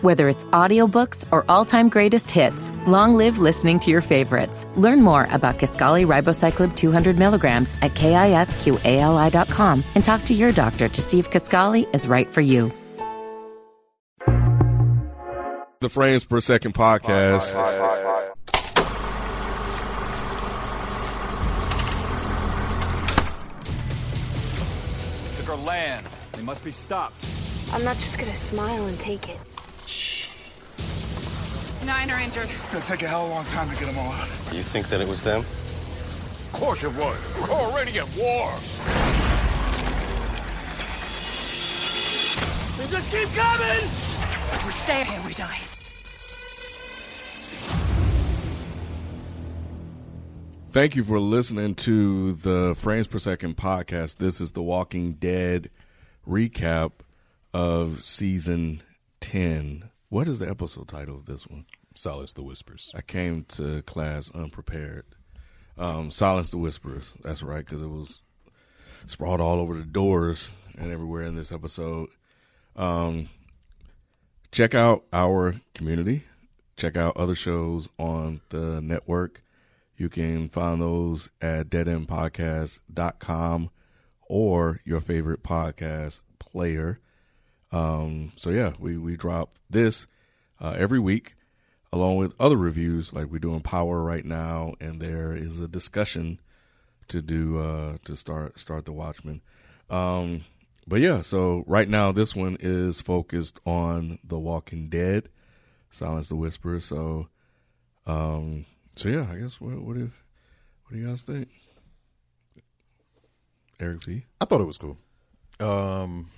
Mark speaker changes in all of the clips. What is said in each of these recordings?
Speaker 1: Whether it's audiobooks or all-time greatest hits, long live listening to your favorites. Learn more about Kaskali Ribocyclib 200 milligrams at kisqali.com and talk to your doctor to see if Kaskali is right for you.
Speaker 2: The Frames Per Second podcast.
Speaker 3: took our land. They must be stopped.
Speaker 4: I'm not just gonna smile and take it.
Speaker 5: Nine are injured.
Speaker 6: It's gonna take a hell of a long time to get them all out.
Speaker 7: You think that it was them?
Speaker 3: Of course it was. We're already at war.
Speaker 8: They just keep coming!
Speaker 5: If we stay here, we die.
Speaker 2: Thank you for listening to the Frames Per Second podcast. This is the Walking Dead recap of season 10. What is the episode title of this one?
Speaker 9: Silence the Whispers.
Speaker 2: I came to class unprepared. Um, Silence the Whispers. That's right, because it was sprawled all over the doors and everywhere in this episode. Um, check out our community. Check out other shows on the network. You can find those at deadendpodcast.com or your favorite podcast player. Um, so yeah, we, we drop this uh, every week along with other reviews like we're doing power right now and there is a discussion to do uh, to start start the Watchmen. Um, but yeah, so right now this one is focused on The Walking Dead, Silence the Whisperer. So, um, so yeah, I guess what what do what do you guys think, Eric V?
Speaker 9: I thought it was cool. Um,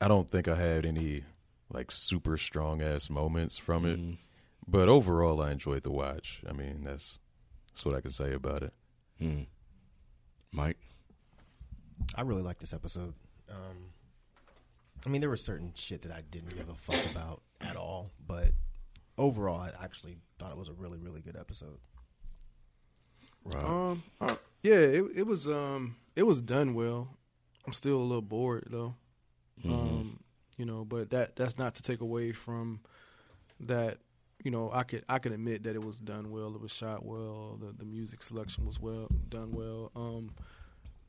Speaker 9: I don't think I had any like super strong ass moments from it,
Speaker 8: Mm.
Speaker 9: but overall, I enjoyed the watch. I mean, that's that's what I can say about it.
Speaker 2: Mike?
Speaker 10: I really like this episode. Um, I mean, there was certain shit that I didn't give a fuck about at all, but overall, I actually thought it was a really, really good episode.
Speaker 8: Um, uh, yeah, it, it was um, it was done well. I'm still a little bored though, um, you know. But that that's not to take away from that. You know, I could I can admit that it was done well. It was shot well. The the music selection was well done well. Um,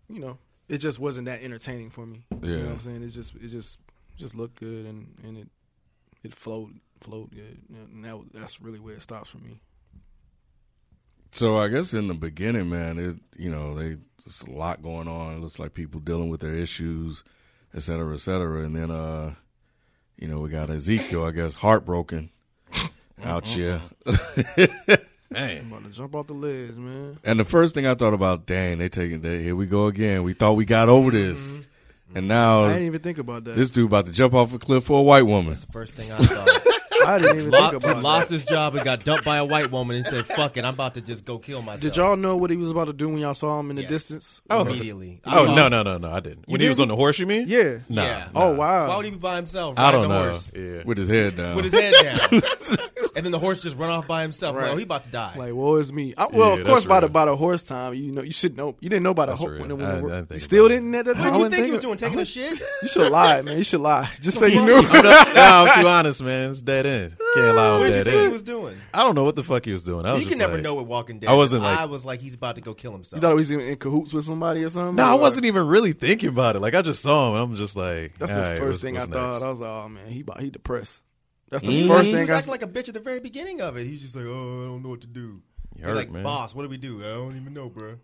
Speaker 8: you know, it just wasn't that entertaining for me. You know
Speaker 2: Yeah.
Speaker 8: what I'm saying? It just it just just looked good and and it it flowed flowed good. And that was- that's really where it stops for me.
Speaker 2: So I guess in the beginning, man, it you know they there's a lot going on. It looks like people dealing with their issues, et cetera, et cetera. And then uh, you know we got Ezekiel, I guess, heartbroken out here.
Speaker 8: I'm
Speaker 9: Man,
Speaker 8: about to jump off the ledge, man.
Speaker 2: And the first thing I thought about, dang, they taking that. Here we go again. We thought we got over this,
Speaker 9: Mm-hmm.
Speaker 2: and
Speaker 8: I
Speaker 2: now
Speaker 8: didn't even think about that.
Speaker 2: this dude about to jump off a cliff for a white woman.
Speaker 10: First thing I thought,
Speaker 8: I didn't even
Speaker 7: Lo-
Speaker 8: think
Speaker 7: he
Speaker 8: about
Speaker 7: lost
Speaker 8: that.
Speaker 7: his job and got dumped by a white woman and said, "Fuck it, I'm about to just go kill myself."
Speaker 8: Did y'all know what he was about to do when y'all saw him in the
Speaker 7: Yes.
Speaker 8: distance?
Speaker 10: immediately.
Speaker 9: oh no, no, no, no! I didn't. When he was
Speaker 8: didn't?
Speaker 9: on the horse, you mean?
Speaker 8: Yeah.
Speaker 9: Nah.
Speaker 7: Yeah.
Speaker 8: Oh
Speaker 7: Why
Speaker 8: wow.
Speaker 7: would he be by himself?
Speaker 9: I
Speaker 7: riding
Speaker 9: don't
Speaker 7: the
Speaker 9: know.
Speaker 7: Horse?
Speaker 9: Yeah.
Speaker 2: With his head down.
Speaker 7: With his head down, and then the horse just run off by himself. Well, he about to die.
Speaker 8: Like, well, it's me. I, well,
Speaker 9: Yeah,
Speaker 8: of course,
Speaker 9: that's
Speaker 8: by the
Speaker 9: real.
Speaker 8: by the horse time, you know, you should know. You didn't know about the
Speaker 9: That's
Speaker 8: horse.
Speaker 9: real.
Speaker 8: When it
Speaker 9: I- I
Speaker 8: was
Speaker 9: didn't
Speaker 8: over.
Speaker 9: think
Speaker 8: you
Speaker 9: about
Speaker 8: still
Speaker 9: it.
Speaker 8: didn't at that
Speaker 7: what did
Speaker 8: time. I
Speaker 7: you
Speaker 8: wouldn't
Speaker 7: think he was
Speaker 8: think
Speaker 7: doing?
Speaker 8: it.
Speaker 7: Taking a shit?
Speaker 8: You should lie, man. You should lie. Just say you
Speaker 9: no,
Speaker 8: knew.
Speaker 9: I'm too honest, man. It's dead end. Can't allow
Speaker 7: What
Speaker 9: him
Speaker 7: did you
Speaker 9: dead
Speaker 7: think he
Speaker 9: end.
Speaker 7: was doing?
Speaker 9: I don't know what the fuck he was doing. I was
Speaker 7: You
Speaker 9: just
Speaker 7: can never
Speaker 9: like-
Speaker 7: know with Walking Dead.
Speaker 9: I wasn't like-
Speaker 7: I was like, he's about to go kill himself.
Speaker 8: You thought he was even in cahoots with somebody or something.
Speaker 9: No, I
Speaker 8: Or-
Speaker 9: wasn't even really thinking about it. Like I just saw him. and I'm just like,
Speaker 8: That's
Speaker 9: all
Speaker 8: the
Speaker 9: right,
Speaker 8: first
Speaker 9: what's-
Speaker 8: thing I
Speaker 9: what's
Speaker 8: thought.
Speaker 9: next?
Speaker 8: I was like, oh man, he bo- he depressed. That's the
Speaker 2: Mhm.
Speaker 8: first
Speaker 7: he
Speaker 8: thing
Speaker 7: was
Speaker 8: I.
Speaker 7: acting like a bitch at the very beginning of it. He's just like, oh, I don't know what to do.
Speaker 9: You
Speaker 7: He's
Speaker 9: hurt,
Speaker 7: like,
Speaker 9: man.
Speaker 7: boss, what do we do? I don't even know, bro.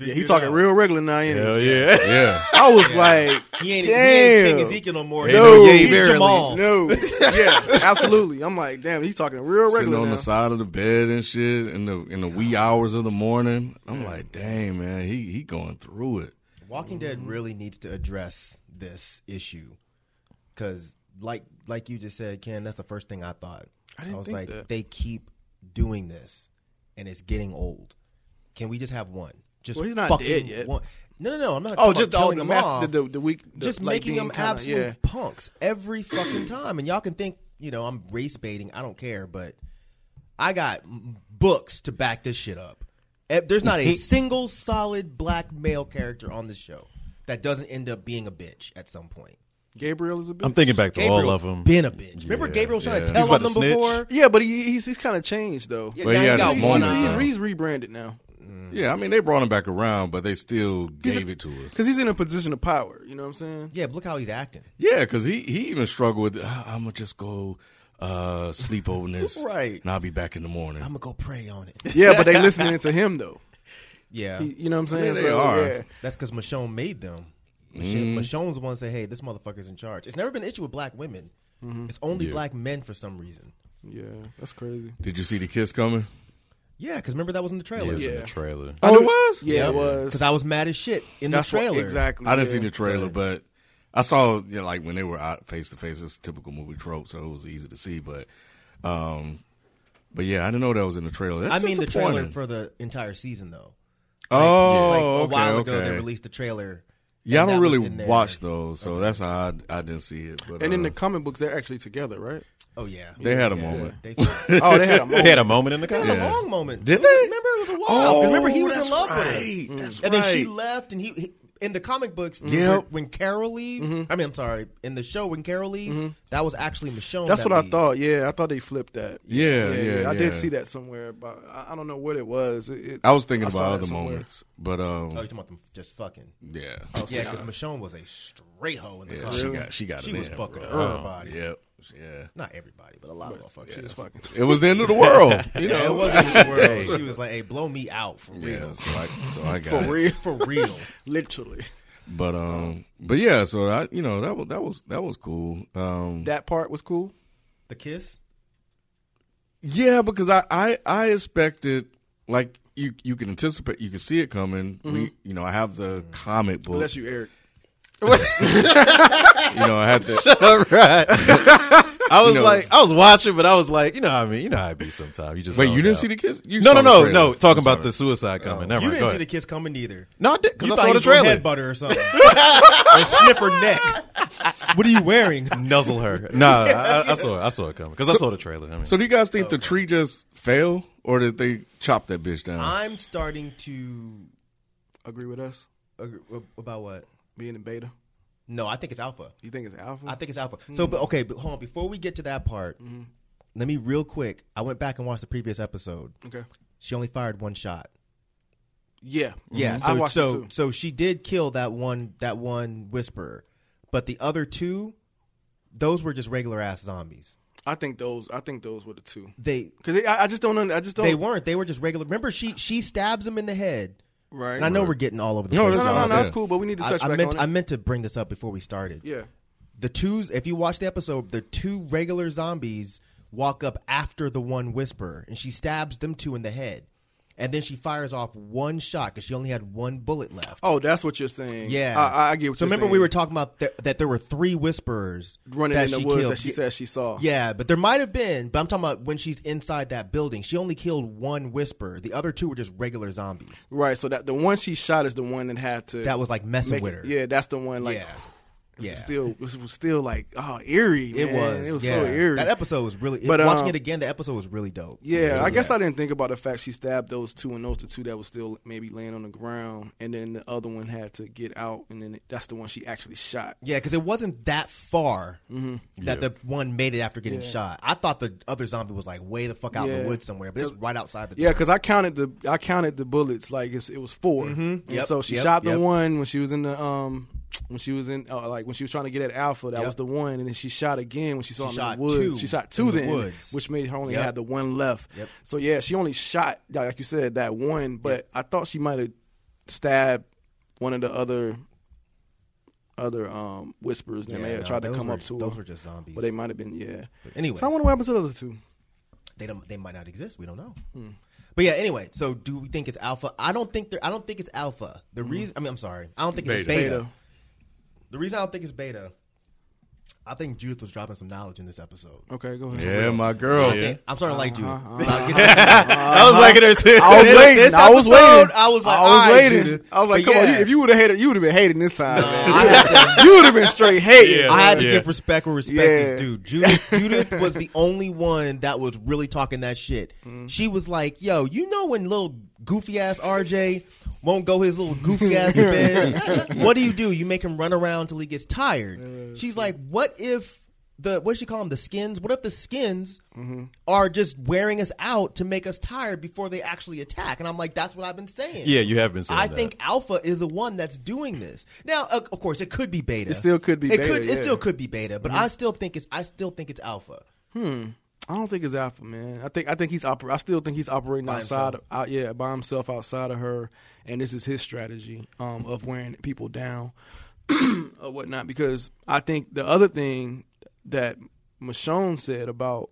Speaker 8: yeah, he talking real regular now. ain't he?
Speaker 9: Hell yeah.
Speaker 2: yeah,
Speaker 8: I was like,
Speaker 7: He ain't, he
Speaker 8: damn.
Speaker 7: ain't King Ezekiel no more.
Speaker 9: Ain't no yay
Speaker 7: he's
Speaker 9: verily.
Speaker 7: Jamal.
Speaker 8: No, yeah, absolutely. I'm like, damn, he's talking real
Speaker 2: sitting
Speaker 8: regular
Speaker 2: on
Speaker 8: now.
Speaker 2: the side of the bed and shit in the in the wee hours of the morning. I'm like, dang, man, he he going through it.
Speaker 7: Walking Dead really needs to address this issue because, like, like you just said, Ken, that's the first thing I thought. I,
Speaker 8: didn't
Speaker 7: was
Speaker 8: think
Speaker 7: like,
Speaker 8: that.
Speaker 7: they keep doing this, and it's getting old. Can we just have one? Just
Speaker 8: Well, he's not
Speaker 7: fucking
Speaker 8: dead yet.
Speaker 7: One. No, no, no. I'm not.
Speaker 8: Oh,
Speaker 7: talking
Speaker 8: just
Speaker 7: about
Speaker 8: all
Speaker 7: killing
Speaker 8: the
Speaker 7: him
Speaker 8: mass,
Speaker 7: off.
Speaker 8: the, the, the week, the,
Speaker 7: just
Speaker 8: like,
Speaker 7: making
Speaker 8: being
Speaker 7: them
Speaker 8: kinda-
Speaker 7: absolute
Speaker 8: yeah.
Speaker 7: punks every fucking time. And y'all can think, you know, I'm race baiting. I don't care, but I got m- books to back this shit up. Eh, There's not a single solid black male character on this show that doesn't end up being a bitch at some point.
Speaker 8: Gabriel is a bitch.
Speaker 9: I'm thinking back to all
Speaker 7: Gabriel
Speaker 9: of them.
Speaker 7: been a bitch. Remember
Speaker 9: Yeah,
Speaker 7: Gabriel trying
Speaker 2: yeah.
Speaker 7: to
Speaker 9: He's
Speaker 7: tell
Speaker 9: about
Speaker 7: on them
Speaker 9: to snitch.
Speaker 7: before?
Speaker 8: Yeah, but he, he's he's kind of changed though.
Speaker 7: Yeah,
Speaker 2: But he
Speaker 7: now he
Speaker 2: had
Speaker 7: got
Speaker 2: his
Speaker 8: he's,
Speaker 7: one
Speaker 8: he's,
Speaker 2: moments,
Speaker 7: eye.
Speaker 8: he's,
Speaker 2: though.
Speaker 8: he's rebranded now
Speaker 2: Yeah, I mean they brought him back around, but they still gave it to us.
Speaker 8: because he's in a position of power. You know what I'm saying?
Speaker 7: Yeah, but look how he's acting.
Speaker 2: Yeah, because he he even struggled with. I'm gonna just go uh, sleep over this,
Speaker 7: Right.
Speaker 2: And I'll be back in the morning.
Speaker 7: I'm gonna go pray on it.
Speaker 8: Yeah, but they listening to him though.
Speaker 7: Yeah,
Speaker 8: He- you know what I'm saying?
Speaker 2: mean, they are.
Speaker 8: Yeah.
Speaker 7: that's because Michonne made them. Michonne, Michonne's the one say, "Hey, this motherfucker's in charge." It's never been an issue with black women.
Speaker 2: Mm-hmm.
Speaker 7: It's only
Speaker 9: Yeah.
Speaker 7: black men for some reason.
Speaker 8: yeah, that's crazy.
Speaker 2: Did you see the kiss coming?
Speaker 7: Yeah, because remember that was in the
Speaker 9: It
Speaker 7: trailer.
Speaker 9: was in
Speaker 8: Yeah.
Speaker 9: the trailer.
Speaker 2: Oh, it was.
Speaker 8: Yeah, it was.
Speaker 7: Because I was mad as shit in
Speaker 8: That's
Speaker 7: the
Speaker 8: what-
Speaker 7: trailer.
Speaker 8: exactly.
Speaker 2: I didn't
Speaker 8: yeah.
Speaker 2: see the trailer, but I saw you know, like when they were out face to face. It's a typical movie trope, so it was easy to see. But, um, but yeah, I didn't know that was in the trailer. That's
Speaker 7: I mean the trailer
Speaker 2: disappointing.
Speaker 7: for the entire season though.
Speaker 2: oh,
Speaker 7: like
Speaker 2: okay,
Speaker 7: a while ago
Speaker 2: okay.
Speaker 7: they released the trailer.
Speaker 2: yeah, I
Speaker 7: and
Speaker 2: don't
Speaker 7: that was
Speaker 2: really
Speaker 7: in there.
Speaker 2: watch those, so that's how I, I didn't see it. But,
Speaker 8: And in
Speaker 2: uh,
Speaker 8: the comic books, they're actually together, right?
Speaker 7: Oh yeah,
Speaker 2: They had a
Speaker 7: Yeah,
Speaker 2: moment.
Speaker 7: They,
Speaker 8: Oh, they had
Speaker 9: They
Speaker 8: a moment.
Speaker 9: had a moment in the
Speaker 7: They had
Speaker 9: comic.
Speaker 7: a long moment.
Speaker 2: Did
Speaker 7: It was-
Speaker 2: they?
Speaker 7: Remember, it was a while. 'cause
Speaker 2: Oh,
Speaker 7: remember, he was
Speaker 2: that's
Speaker 7: in love with
Speaker 2: right.
Speaker 7: her,
Speaker 2: That's
Speaker 7: and then she
Speaker 2: right. Mm-hmm.
Speaker 7: left, and he, he in the comic books.
Speaker 2: Yep. Mm-hmm.
Speaker 7: when- when Carol leaves, I mean, I'm sorry, in the show when Carol leaves, that was actually Michonne.
Speaker 8: That's
Speaker 7: that
Speaker 8: what I
Speaker 7: leaves.
Speaker 8: thought. Yeah, I thought they flipped that.
Speaker 2: Yeah, yeah, yeah.
Speaker 8: I did see that somewhere, but I, I don't know what it was. It- it-
Speaker 2: I was thinking
Speaker 8: saw
Speaker 2: about
Speaker 8: that
Speaker 2: other
Speaker 8: somewhere.
Speaker 2: moments, but um,
Speaker 7: Oh, you talking about them just fucking?
Speaker 2: yeah,
Speaker 7: Yeah, because Michonne was a straight hoe in the
Speaker 2: yeah,
Speaker 7: comic.
Speaker 2: she got she got
Speaker 7: She
Speaker 2: it
Speaker 7: was
Speaker 2: in,
Speaker 7: fucking
Speaker 2: bro. Oh,
Speaker 7: everybody.
Speaker 2: Yep, yeah.
Speaker 7: Not everybody, but a lot of motherfuckers. She was fucking.
Speaker 2: It was the end of the world, you know.
Speaker 7: Yeah, it wasn't the world. She was like, "Hey, blow me out for
Speaker 2: Yeah,
Speaker 7: real,
Speaker 2: so I, so I got it.
Speaker 8: For real,
Speaker 7: for real."
Speaker 8: literally.
Speaker 2: But um, but yeah, so I you know that was that was that was cool. Um,
Speaker 8: That part was cool.
Speaker 7: The kiss.
Speaker 2: yeah, because I I I expected like you you can anticipate you can see it coming. We you know I have the comic book.
Speaker 8: Unless you, Eric.
Speaker 2: you know I had the
Speaker 9: All right. I was
Speaker 2: know-
Speaker 9: like, I was watching, but I was like, you know, how I mean, you know, how I be sometimes. You just
Speaker 2: wait.
Speaker 9: zoned
Speaker 2: You didn't
Speaker 9: out.
Speaker 2: see the kiss? You
Speaker 9: No,
Speaker 2: saw
Speaker 9: no,
Speaker 2: the
Speaker 9: no,
Speaker 2: trailer.
Speaker 9: no. Talking
Speaker 2: I'm sorry. Oh.
Speaker 9: about the suicide comment. Never
Speaker 7: You
Speaker 9: mind.
Speaker 7: didn't
Speaker 9: Go
Speaker 7: see the
Speaker 9: ahead.
Speaker 7: kiss coming neither.
Speaker 9: No, I did because
Speaker 7: You
Speaker 9: I
Speaker 7: thought
Speaker 9: saw
Speaker 7: he
Speaker 9: the
Speaker 7: was gonna
Speaker 9: trailer.
Speaker 7: Headbutt her or something, or snip her neck. What are you wearing?
Speaker 9: Nuzzle her. Nah, I, I saw it. I saw it coming because I saw the trailer. I mean,
Speaker 2: So do you guys think the tree just fell, or did they chop that bitch down?
Speaker 7: I'm starting to
Speaker 8: Agree with us
Speaker 7: agree about what?
Speaker 8: being in beta.
Speaker 7: No, I think it's alpha.
Speaker 8: You think it's alpha?
Speaker 7: I think it's alpha. So, but okay, but hold on. Before we get to that part, let me real quick. I went back and watched the previous episode.
Speaker 8: okay.
Speaker 7: She only fired one shot.
Speaker 8: Yeah.
Speaker 7: Mm-hmm. Yeah,
Speaker 8: Mhm.
Speaker 7: so
Speaker 8: I watched
Speaker 7: so,
Speaker 8: it too.
Speaker 7: so she did kill that one that one whisperer, but the other two, those were just regular ass zombies.
Speaker 8: I think those. I think those were the two.
Speaker 7: They
Speaker 8: Because I, I just don't. under- I just don't.
Speaker 7: they weren't. They were just regular. Remember, she she stabs him in the head.
Speaker 8: Right.
Speaker 7: And I know we're getting all over the
Speaker 2: No,
Speaker 7: place.
Speaker 2: that's
Speaker 8: No, no, no,
Speaker 2: Yeah.
Speaker 8: no. That's cool, but we need to
Speaker 7: I,
Speaker 8: touch
Speaker 7: I
Speaker 8: back
Speaker 7: meant
Speaker 8: on it.
Speaker 7: I meant to bring this up before we started.
Speaker 8: yeah.
Speaker 7: The twos. If you watch the episode, the two regular zombies walk up after the one whisperer, and she stabs them two in the head, and then she fires off one shot because she only had one bullet left.
Speaker 8: Oh, that's what you're saying.
Speaker 7: Yeah,
Speaker 8: I, I get what
Speaker 7: so
Speaker 8: you're
Speaker 7: remember
Speaker 8: saying.
Speaker 7: we were talking about th- that there were three whisperers
Speaker 8: running
Speaker 7: that
Speaker 8: in the
Speaker 7: she
Speaker 8: woods
Speaker 7: killed.
Speaker 8: that she said she saw.
Speaker 7: Yeah, but there might have been. But I'm talking about when she's inside that building. She only killed one whisperer. The other two were just regular zombies.
Speaker 8: Right. So that the one she shot is the one that had to.
Speaker 7: That was like messing
Speaker 8: make-
Speaker 7: with her.
Speaker 8: Yeah. That's the one. Like.
Speaker 7: yeah, yeah.
Speaker 8: Still, it was, was still like oh eerie.
Speaker 7: it
Speaker 8: man.
Speaker 7: was.
Speaker 8: It was
Speaker 7: yeah.
Speaker 8: so eerie.
Speaker 7: That episode was really.
Speaker 8: But,
Speaker 7: watching
Speaker 8: um,
Speaker 7: it again, the episode was really dope.
Speaker 8: Yeah, I guess I didn't think about the fact she stabbed those two, and those the two that was still maybe laying on the ground, and then the other one had to get out, and then that's the one she actually shot.
Speaker 7: Yeah, because it wasn't that far
Speaker 8: Mm-hmm.
Speaker 7: that the one made it after getting shot. I thought the other zombie was like way the fuck out in
Speaker 8: Yeah.
Speaker 7: the woods somewhere, but it's right outside the
Speaker 8: Yeah,
Speaker 7: door.
Speaker 8: because I counted the I counted the bullets like it's, it was 4 And
Speaker 7: Mm-hmm. Yep,
Speaker 8: so she
Speaker 7: yep,
Speaker 8: shot the
Speaker 7: yep.
Speaker 8: one when she was in the um when she was in uh, like when she was trying to get at Alpha. That
Speaker 7: Yep.
Speaker 8: was the one, and then she shot again when she saw
Speaker 7: She
Speaker 8: him in
Speaker 7: shot
Speaker 8: the woods.
Speaker 7: two
Speaker 8: she shot
Speaker 7: in
Speaker 8: two
Speaker 7: the
Speaker 8: then,
Speaker 7: woods.
Speaker 8: which made her only
Speaker 7: Yep.
Speaker 8: had the one left.
Speaker 7: Yep.
Speaker 8: So yeah, she only shot like like you said that one, but I thought she might have stabbed one of the other other um whispers that may have
Speaker 7: no,
Speaker 8: tried to
Speaker 7: those
Speaker 8: come
Speaker 7: were-
Speaker 8: up to
Speaker 7: those
Speaker 8: her.
Speaker 7: were just zombies.
Speaker 8: but they might have been yeah.
Speaker 7: anyways.
Speaker 8: so I wonder what happened to the other two.
Speaker 7: they don't, they might not exist. We don't know.
Speaker 8: Hmm.
Speaker 7: But yeah, anyway. So do we think it's alpha? I don't think they I don't think it's alpha. The reason I mean I'm sorry. I don't think it's beta.
Speaker 8: Hmm. Beta.
Speaker 7: The reason I don't think it's beta. I think Judith was dropping some knowledge in this episode.
Speaker 8: Okay, go ahead.
Speaker 2: yeah, my girl.
Speaker 7: I think- I'm starting to like Judith.
Speaker 9: I was liking her too.
Speaker 8: Uh-huh, I was
Speaker 7: This-
Speaker 8: waiting.
Speaker 7: this
Speaker 8: I was
Speaker 7: episode,
Speaker 8: waiting.
Speaker 7: I was like,
Speaker 8: I was
Speaker 7: all right,
Speaker 8: waiting.
Speaker 7: Judith.
Speaker 8: I was like,
Speaker 7: But
Speaker 8: come on.
Speaker 7: yeah.
Speaker 8: you- If you would have hated, you would have been hating this time. man.
Speaker 7: I had
Speaker 8: you would have been straight hating.
Speaker 9: Yeah.
Speaker 7: I had to
Speaker 9: Yeah.
Speaker 7: give respect where respect
Speaker 8: Yeah.
Speaker 7: is due. Judith, Judith was the only one that was really talking that shit. She was like, "Yo, you know when little goofy ass RJ won't go his little goofy ass to bed? what do you do? You make him run around till he gets tired.
Speaker 8: that's
Speaker 7: She's
Speaker 8: true.
Speaker 7: like, what if the what does she call them? The skins. What if the skins are just wearing us out to make us tired before they actually attack? And I'm like, that's what I've been saying.
Speaker 9: Yeah, you have been saying
Speaker 7: I
Speaker 9: that.
Speaker 7: think Alpha is the one that's doing this. Now, uh, of course, it could be Beta.
Speaker 8: It still could be
Speaker 7: It
Speaker 8: Beta,
Speaker 7: could. It
Speaker 8: yeah. Mm-hmm.
Speaker 7: still could be Beta. But I still think it's. I still think it's Alpha.
Speaker 8: I don't think it's Alpha, man. I think I think he's oper- I still think he's operating outside of out, yeah, by himself outside of her, and this is his strategy um, of wearing people down or whatnot. Because I think the other thing that Michonne said about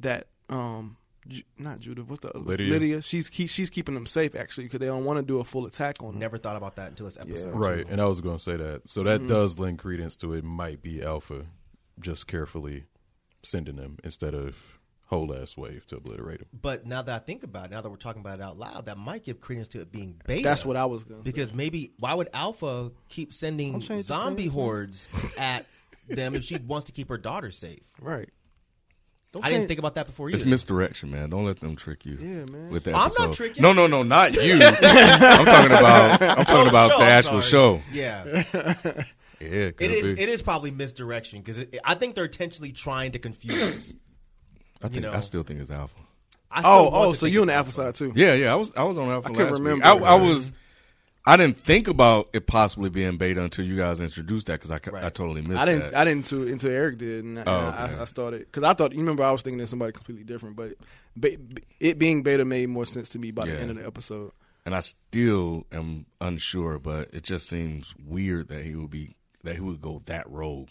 Speaker 8: that, um, Ju- not Judith, what's the other
Speaker 9: Lydia.
Speaker 8: Lydia? She's keep, she's keeping them safe actually because they don't want to do a full attack on them.
Speaker 7: Never thought about that until this episode.
Speaker 9: Right, and I was going to say that. So
Speaker 7: Mm-hmm.
Speaker 9: that does lend credence to it might be Alpha just carefully sending them instead of whole ass wave to obliterate them.
Speaker 7: But now that I think about it, now that we're talking about it out loud, that might give credence to it being Beta.
Speaker 8: That's what I was going. to
Speaker 7: Because maybe why would Alpha keep sending
Speaker 8: change the
Speaker 7: zombie
Speaker 8: stance, man.
Speaker 7: hordes at them if she wants to keep her daughter safe?
Speaker 8: Right. Don't
Speaker 7: I didn't
Speaker 8: change-
Speaker 7: think about that before
Speaker 2: It's
Speaker 7: either.
Speaker 2: misdirection, man. Don't let them trick you.
Speaker 8: Yeah, man.
Speaker 2: With that,
Speaker 7: Oh, I'm not tricking.
Speaker 2: No, no, no, not you. I'm talking about. I'm talking about
Speaker 7: Oh,
Speaker 2: the
Speaker 7: I'm
Speaker 2: actual show.
Speaker 7: sorry. Yeah,
Speaker 9: Yeah, could
Speaker 7: it is.
Speaker 9: be.
Speaker 7: It is probably misdirection because I think they're intentionally trying to confuse us.
Speaker 2: I think.
Speaker 7: know.
Speaker 2: I still think it's Alpha.
Speaker 7: I still
Speaker 8: Oh,
Speaker 7: want
Speaker 8: oh,
Speaker 7: to
Speaker 8: so
Speaker 7: think
Speaker 8: you on
Speaker 7: it's
Speaker 8: the Alpha side too?
Speaker 2: Yeah, yeah. I was. I was on Alpha
Speaker 8: I couldn't
Speaker 2: last week.
Speaker 8: remember.
Speaker 2: I, I was. I didn't think about it possibly being Beta until you guys introduced that because I, ca- I totally missed
Speaker 8: I didn't.
Speaker 2: that.
Speaker 8: I didn't until, until Eric did, and I,
Speaker 2: okay.
Speaker 8: I, I started because I thought you remember I was thinking of somebody completely different, but be, it being beta made more sense to me by
Speaker 2: Yeah.
Speaker 8: the end of the episode.
Speaker 2: and I still am unsure, but it just seems weird that he would be that he would go that rogue,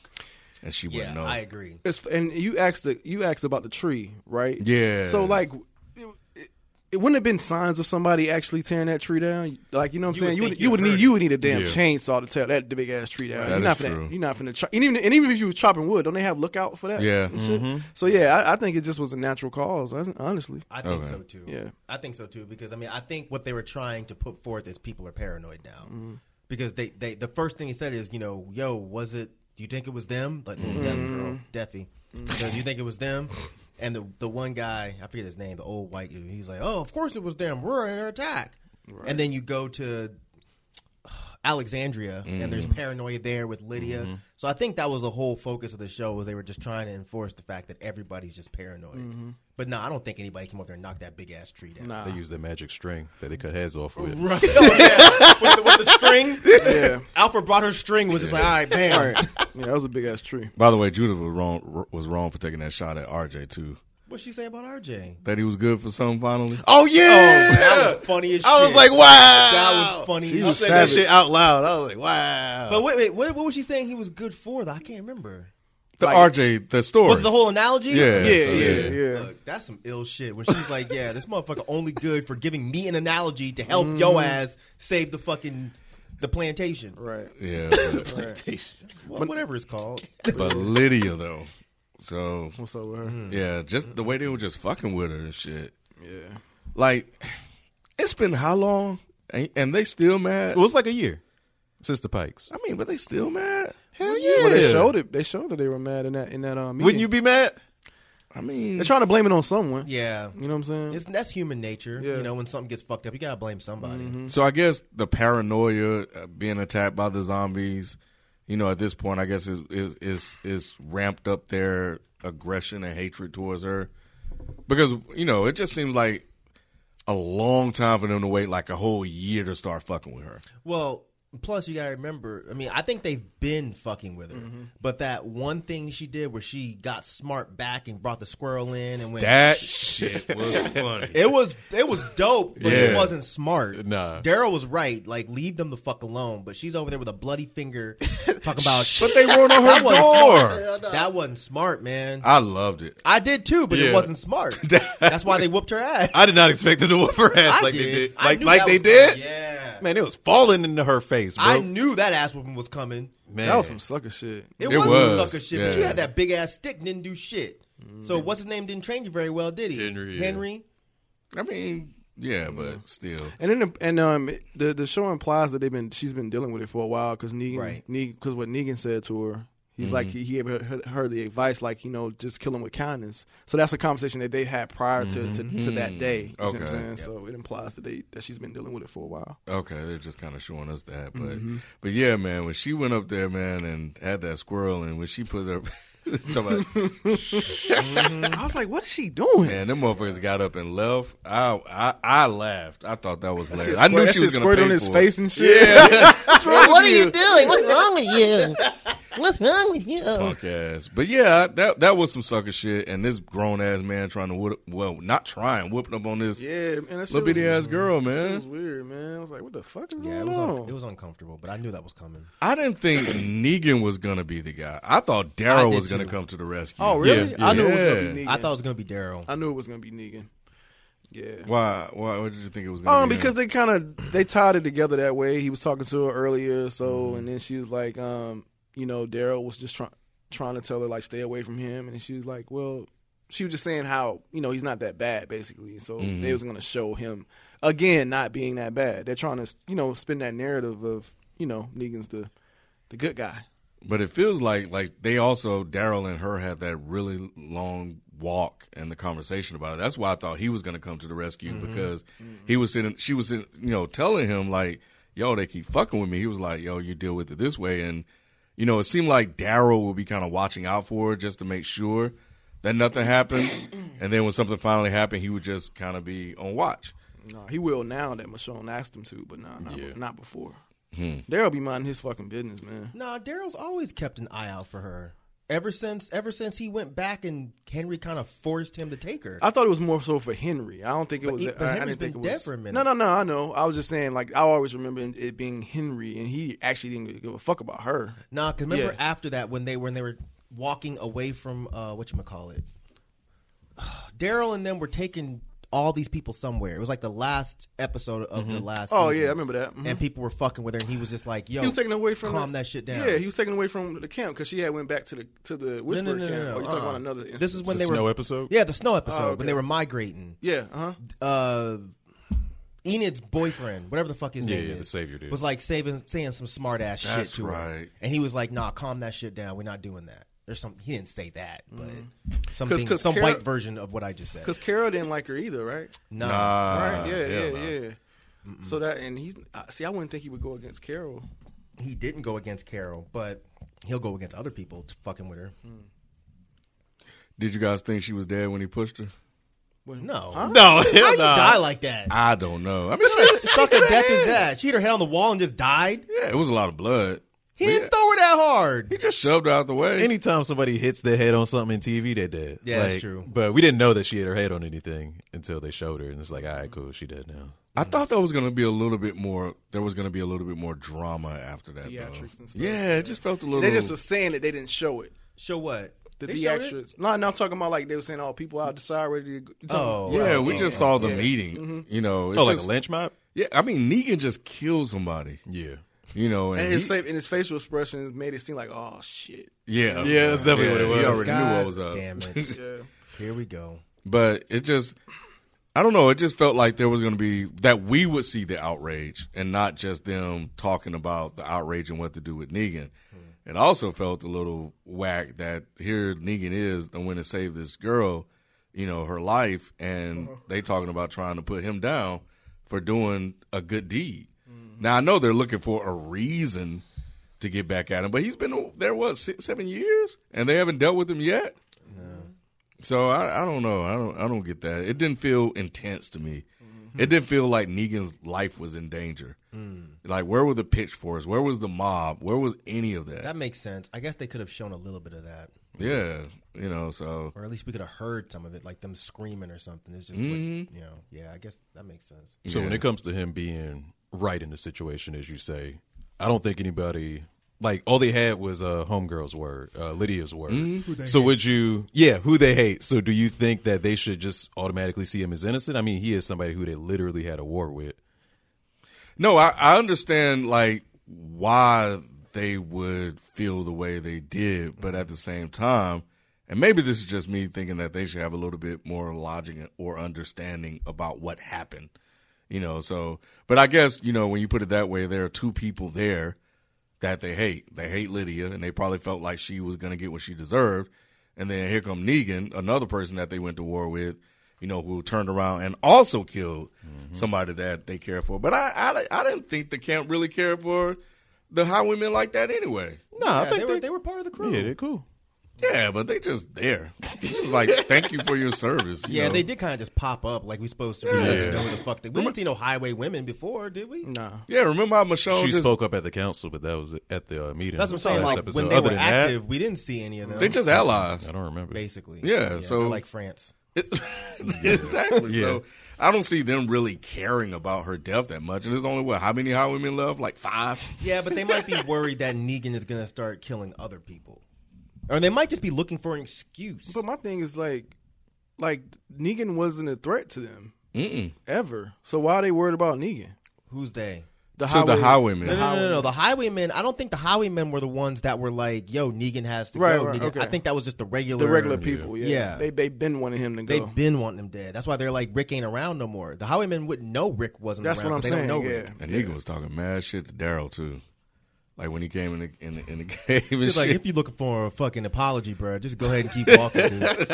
Speaker 2: and she
Speaker 7: Yeah,
Speaker 2: wouldn't know.
Speaker 7: I agree.
Speaker 8: It's and you asked the you asked about the tree, right?
Speaker 2: Yeah.
Speaker 8: So like. It, it, it wouldn't have been signs of somebody actually tearing that tree down, like you know what I'm saying. You
Speaker 7: think
Speaker 8: would,
Speaker 7: you
Speaker 8: you would
Speaker 7: heard
Speaker 8: need you would need a damn
Speaker 9: Yeah.
Speaker 8: chainsaw to tear that big ass tree
Speaker 2: That
Speaker 8: down. you're
Speaker 2: is
Speaker 8: not finna,
Speaker 2: true.
Speaker 8: You're not finna. Chop, and even and even if you were chopping wood, don't they have lookout for that?
Speaker 2: Yeah.
Speaker 8: and shit? So yeah, I, I think it just was a natural cause. hon- Honestly,
Speaker 7: I think
Speaker 2: Okay.
Speaker 7: so too.
Speaker 8: Yeah.
Speaker 7: I think so too because I mean I think what they were trying to put forth is people are paranoid now because they, they the first thing he said is you know yo was it you think it was them like little deaf girl Deffy so you think it was them and the the one guy I forget his name the old white dude he's like oh of course it was them we're under attack and then you go to Alexandria and there's paranoia there with Lydia so I think that was the whole focus of the show was they were just trying to enforce the fact that everybody's just paranoid. But no, I don't think anybody came over there and knocked that big ass tree down.
Speaker 8: nah.
Speaker 9: They use that magic string that they cut heads off with.
Speaker 7: with, the, with the string.
Speaker 8: yeah,
Speaker 7: Alfred brought her string, was just like, all right, bam.
Speaker 8: yeah, that was a big ass tree.
Speaker 2: By the way, Judith was wrong was wrong for taking that shot at RJ too.
Speaker 7: What'd she say about RJ?
Speaker 2: That he was good for something finally.
Speaker 9: Oh yeah,
Speaker 7: That was funny as shit.
Speaker 9: I was like, wow,
Speaker 7: that was funny.
Speaker 8: She
Speaker 7: as
Speaker 8: was
Speaker 7: shit.
Speaker 9: Said that
Speaker 8: savage.
Speaker 9: shit out loud. I was like, wow.
Speaker 7: But wait, wait, what, what was she saying he was good for, though? I can't remember.
Speaker 2: The RJ, the story.
Speaker 7: Was it the whole analogy?
Speaker 2: Yeah,
Speaker 8: Yeah,
Speaker 2: so,
Speaker 8: yeah, yeah.
Speaker 7: Look, that's some ill shit. When she's like, "Yeah, this motherfucker only good for giving me an analogy to
Speaker 8: Mm-hmm.
Speaker 7: help yo ass save the fucking the plantation,
Speaker 8: Right.
Speaker 2: yeah. but-
Speaker 7: Well, whatever it's called."
Speaker 2: but Lydia though. So
Speaker 8: What's up with her?
Speaker 9: Hmm.
Speaker 2: yeah, just the way they were just fucking with her and shit.
Speaker 8: Yeah.
Speaker 2: Like it's been how long, and, and they still mad.
Speaker 9: it was like a year since the Pikes.
Speaker 2: I mean, but they still mad. Hell
Speaker 8: Well, they showed it. They showed that they were mad in that in that um. Meeting.
Speaker 9: Wouldn't you be mad?
Speaker 2: I mean,
Speaker 8: They're trying to blame it on someone.
Speaker 7: yeah,
Speaker 8: You know what I'm saying?
Speaker 7: it's that's human nature.
Speaker 8: Yeah. Mm-hmm.
Speaker 7: You know, when something gets fucked up, you gotta blame somebody.
Speaker 2: So I guess the paranoia uh, being attacked by the zombies, you know, at this point, I guess is is is, is ramped up their aggression and hatred towards her, because you know it just seems like a long time for them to wait like a whole year to start fucking with her.
Speaker 7: Well, plus you gotta remember. I mean, I think they've been fucking with her,
Speaker 8: Mm-hmm.
Speaker 7: but that one thing she did where she got smart back and brought the squirrel in and went.
Speaker 2: That shit was funny.
Speaker 7: it was it was dope, but it
Speaker 2: Yeah.
Speaker 7: wasn't smart.
Speaker 9: Nah.
Speaker 7: Daryl was right. Like, leave them the fuck alone. But she's over there with a bloody finger, talking about.
Speaker 2: But they wrote on her
Speaker 7: that wasn't smart.
Speaker 2: door.
Speaker 7: That wasn't smart, man. I,
Speaker 2: I loved it.
Speaker 7: did too, but it
Speaker 9: Yeah.
Speaker 7: wasn't smart. That's why they whooped her ass.
Speaker 9: I did not expect them to whoop her ass
Speaker 7: I
Speaker 9: like
Speaker 7: did.
Speaker 9: they did.
Speaker 7: I
Speaker 9: Like
Speaker 7: knew
Speaker 9: like
Speaker 7: that
Speaker 9: they
Speaker 7: was-
Speaker 9: did.
Speaker 7: Yeah.
Speaker 9: Man, it was falling into her face, bro.
Speaker 7: I knew that ass whooping was coming.
Speaker 9: Man.
Speaker 8: That was some sucker shit.
Speaker 7: It,
Speaker 2: It
Speaker 7: was,
Speaker 2: was,
Speaker 7: some sucker shit, but
Speaker 2: yeah.
Speaker 7: you had that big ass stick and didn't do shit. So what's his name didn't train you very well, did he?
Speaker 9: Mm-hmm. Henry, yeah.
Speaker 7: Henry.
Speaker 2: I mean, yeah, but still,
Speaker 8: And then the- and um it- the the show implies that they've been she's been dealing with it for a while because Negan
Speaker 7: Right.
Speaker 8: because what Negan said to her. He He's like
Speaker 2: Mm-hmm.
Speaker 8: he, he had he- heard the advice like you know just kill him with kindness. So that's a conversation that they had prior to to, to that day. You see what
Speaker 2: Mm-hmm. Okay.
Speaker 8: I'm saying? So it implies that they that she's been dealing with it for a while.
Speaker 2: Okay, they're just kind of showing us that, but
Speaker 8: Mm-hmm.
Speaker 2: but yeah, man, when she went up there, man, and had that squirrel, and when she put her, talking about,
Speaker 8: I was like, what is she doing?
Speaker 2: man, them motherfuckers got up and left. I I, I laughed. I thought that was hilarious.
Speaker 8: Shit
Speaker 2: I knew
Speaker 8: squirt- that
Speaker 2: she was
Speaker 8: shit
Speaker 2: gonna
Speaker 8: squirt
Speaker 2: pay
Speaker 8: on his
Speaker 2: for
Speaker 8: face
Speaker 2: it.
Speaker 8: and shit.
Speaker 10: what are you doing? What's wrong with you? What's wrong with you?
Speaker 2: Punk ass, but yeah, that that was some sucker shit. And this grown ass man trying to whoop, well, not trying, whooping up on this
Speaker 8: Yeah, man, that shit
Speaker 2: little bitty
Speaker 8: was-
Speaker 2: ass girl,
Speaker 8: It was
Speaker 2: man.
Speaker 8: weird, man. I was like, what the fuck is
Speaker 7: Yeah, it
Speaker 8: going
Speaker 7: was,
Speaker 8: on?
Speaker 7: un- it was uncomfortable, but I knew that was coming.
Speaker 2: I didn't think Negan was gonna be the guy. I thought Daryl
Speaker 7: did
Speaker 2: was gonna
Speaker 7: too.
Speaker 2: come to the rescue.
Speaker 8: oh, really?
Speaker 9: Yeah,
Speaker 8: I knew it was going
Speaker 2: yeah.
Speaker 8: to be Negan.
Speaker 7: I thought it was going to be Daryl.
Speaker 8: I knew it was going to be Negan. Yeah.
Speaker 2: Why? Why? What did you think it was? gonna
Speaker 8: Um,
Speaker 2: be
Speaker 8: because they kind of they tied it together that way. He was talking to her earlier, so and then she was like, um, you know, Daryl was just trying trying to tell her like stay away from him, and she was like, well, she was just saying how you know he's not that bad basically. So they was gonna show him again not being that bad. They're trying to you know spin that narrative of you know Negan's the the good guy.
Speaker 2: But it feels like like they also Daryl and her had that really long walk and the conversation about it. That's why I thought he was going to come to the rescue because he was sitting. She was in, you know telling him like, "Yo, they keep fucking with me." He was like, "Yo, you deal with it this way." And you know, it seemed like Daryl would be kind of watching out for her just to make sure that nothing happened. and then when something finally happened, he would just kind of be on watch.
Speaker 8: No, he will now that Michonne asked him to, but nah, not,
Speaker 9: Yeah.
Speaker 8: not before. Daryl be minding his fucking business, man.
Speaker 7: Nah, Daryl's always kept an eye out for her. Ever since, ever since he went back and Henry kind of forced him to take her.
Speaker 8: I thought it was more so for Henry. I don't think it
Speaker 7: But
Speaker 8: was.
Speaker 7: he-
Speaker 8: I-
Speaker 7: but
Speaker 8: I,
Speaker 7: Henry's
Speaker 8: didn't think
Speaker 7: been
Speaker 8: it
Speaker 7: dead
Speaker 8: was,
Speaker 7: for a minute.
Speaker 8: No, no, no. I know. I was just saying, like, I always remember it being Henry, and he actually didn't give a fuck about her.
Speaker 7: Nah, cause remember
Speaker 8: Yeah.
Speaker 7: after that when they when they were walking away from uh, what you call it, Daryl and them were taking all these people somewhere. It was like the last episode of the last.
Speaker 8: Oh,
Speaker 7: season.
Speaker 8: yeah, I remember that. Mhm.
Speaker 7: And people were fucking with her, and he was just like, "Yo,
Speaker 8: He was taken away from
Speaker 7: calm
Speaker 8: the-
Speaker 7: that shit down."
Speaker 8: Yeah, he was taken away from the camp because she had went back to the to the
Speaker 7: no,
Speaker 8: Whisper
Speaker 7: no, no,
Speaker 8: camp.
Speaker 7: no, no.
Speaker 8: Oh, you talking
Speaker 7: uh-uh.
Speaker 8: about another? Instance. Oh,
Speaker 7: This is when
Speaker 9: The
Speaker 7: they were
Speaker 9: snow episode?
Speaker 7: Yeah, the snow episode
Speaker 8: okay.
Speaker 7: when they were migrating.
Speaker 8: yeah, uh-huh. huh?
Speaker 7: uh Enid's boyfriend, whatever the fuck his
Speaker 9: Yeah,
Speaker 7: name
Speaker 9: yeah,
Speaker 7: is,
Speaker 9: the savior dude.
Speaker 7: was like saving, saying some smart ass shit
Speaker 2: That's
Speaker 7: to her,
Speaker 2: right.
Speaker 7: and he was like, "Nah, calm that shit down. We're not doing that." There's some he didn't say that, but something,
Speaker 8: Mm. 'Cause- 'cause
Speaker 7: some
Speaker 8: Carol-
Speaker 7: white version of what I just said.
Speaker 8: Because Carol didn't like her either, right?
Speaker 7: No,
Speaker 2: Nah,
Speaker 7: Uh,
Speaker 8: right? Yeah, yeah,
Speaker 2: hell no.
Speaker 8: yeah. So that and he's I- see, I wouldn't think he would go against Carol.
Speaker 7: he didn't go against Carol, but he'll go against other people to fucking with her.
Speaker 2: Did you guys think she was dead when he pushed her?
Speaker 7: No,
Speaker 2: No,
Speaker 7: how you die like that?
Speaker 2: I don't know. I mean, she-
Speaker 7: Sucker death is that? She hit her head on the wall and just died.
Speaker 2: yeah, it was a lot of blood.
Speaker 7: He didn't throw her that hard.
Speaker 2: He just shoved her out the way.
Speaker 9: Anytime somebody hits their head on something in TV, they dead.
Speaker 7: Yeah, that's true.
Speaker 9: But we didn't know that she hit her head on anything until they showed her, and it's like, all right, cool, she dead now.
Speaker 2: I thought that was going to be a little bit more. There was going to be a little bit more drama after that. though.
Speaker 8: Theatrics and stuff.
Speaker 2: Yeah, it just felt a little.
Speaker 8: They just were saying that they didn't show it.
Speaker 7: Show what?
Speaker 8: The
Speaker 7: They showed it?
Speaker 8: theatrics. No, no, I'm talking about like they were saying all people out decide ready to go.
Speaker 7: Oh,
Speaker 2: yeah,
Speaker 7: Right,
Speaker 2: we just saw the meeting.
Speaker 8: Mm-hmm.
Speaker 2: You know, it's
Speaker 9: Oh, like
Speaker 2: just-
Speaker 9: a lynch mob?
Speaker 2: Yeah, I mean, Negan just killed somebody.
Speaker 9: Yeah.
Speaker 2: You know, and,
Speaker 8: And his,
Speaker 2: he-
Speaker 8: fa- and his facial expressions made it seem like, oh shit.
Speaker 2: yeah,
Speaker 9: Yeah, that's definitely what it was.
Speaker 2: You already knew
Speaker 7: God
Speaker 2: what was up.
Speaker 7: Damn it! Here we go.
Speaker 2: But it just, I don't know. It just felt like there was going to be that we would see the outrage and not just them talking about the outrage and what to do with Negan. It also felt a little whack that here Negan is the one to save this girl, you know, her life, and they talking about trying to put him down for doing a good deed. Now I know they're looking for a reason to get back at him, but he's been there what six, seven years, and they haven't dealt with him yet. So I, I don't know. I don't I don't get that. It didn't feel intense to me. It didn't feel like Negan's life was in danger. Like where were the pitchforks? Where was the mob? Where was any of that?
Speaker 7: That makes sense. I guess they could have shown a little bit of that,
Speaker 2: yeah, you know. So
Speaker 7: or at least we could have heard some of it, like them screaming or something. It's just, what, you know, yeah. I guess that makes sense.
Speaker 9: So when
Speaker 2: Yeah.
Speaker 9: it comes to him being right in the situation, as you say, I don't think anybody like all they had was uh, homegirl's word, uh, Lydia's word. So would you? Yeah, who they hate. So do you think that they should just automatically see him as innocent? I mean, he is somebody who they literally had a war with.
Speaker 2: no, I, I understand like why they would feel the way they did, but at the same time, and maybe this is just me thinking that they should have a little bit more logic or understanding about what happened. You know, so but I guess you know when you put it that way, there are two people there that they hate. They hate Lydia, and they probably felt like she was going to get what she deserved. And then here come Negan, another person that they went to war with, you know, who turned around and also killed
Speaker 9: Mm-hmm.
Speaker 2: somebody that they care for. But I, I, I didn't think the camp really cared for the highwaymen like that anyway.
Speaker 9: No, I think
Speaker 7: they were, they were part of the crew.
Speaker 9: yeah, they're cool.
Speaker 2: Yeah, but they just there. Just like, thank you for your service. you
Speaker 7: Yeah,
Speaker 2: know?
Speaker 7: they did kind of just pop up like we supposed to. We didn't know who the fuck they. We didn't see no highway women before, did we?
Speaker 8: Nah.
Speaker 2: Yeah, remember how Michonne
Speaker 9: She
Speaker 2: just,
Speaker 9: spoke up at the council, but that was at the uh, meeting.
Speaker 7: Oh, That's what I'm saying.
Speaker 9: last
Speaker 7: Like
Speaker 9: episode.
Speaker 7: when they
Speaker 9: Other
Speaker 7: were
Speaker 9: than that,
Speaker 7: active, we didn't see any of them.
Speaker 2: they just allies.
Speaker 9: I don't remember.
Speaker 7: basically.
Speaker 2: Yeah,
Speaker 7: they're
Speaker 2: so-
Speaker 7: like France.
Speaker 2: It- exactly.
Speaker 9: Yeah.
Speaker 2: So I don't see them really caring about her death that much. And there's only what how many highwaymen left? Like five.
Speaker 7: Yeah, but they might be worried that Negan is going to start killing other people, or they might just be looking for an excuse.
Speaker 8: But my thing is like, like Negan wasn't a threat to them ever. So why are they worried about Negan?
Speaker 7: Who's they?
Speaker 8: The
Speaker 2: So the highwaymen.
Speaker 7: No, no, no, no, no. The highwaymen. I don't think the highwaymen were the ones that were like, "Yo, Negan has to
Speaker 8: Right,
Speaker 7: go."
Speaker 8: right,
Speaker 7: Negan.
Speaker 8: okay.
Speaker 7: I think that was just the regular,
Speaker 8: the regular people. Yeah,
Speaker 7: Yeah.
Speaker 8: They they've been wanting him to go.
Speaker 7: They've been wanting him dead. That's why they're like, Rick ain't around no more. The highwaymen wouldn't know Rick wasn't.
Speaker 8: That's
Speaker 7: around
Speaker 8: what I'm
Speaker 7: 'cause
Speaker 8: saying.
Speaker 7: They don't know
Speaker 8: yeah.
Speaker 7: Rick.
Speaker 2: And Negan was talking mad shit to Daryl too. Like when he came in the in the, in the cave and
Speaker 7: It's
Speaker 2: shit.
Speaker 7: like if you're looking for a fucking apology, bro, just go ahead and keep walking. dude.
Speaker 8: I
Speaker 7: went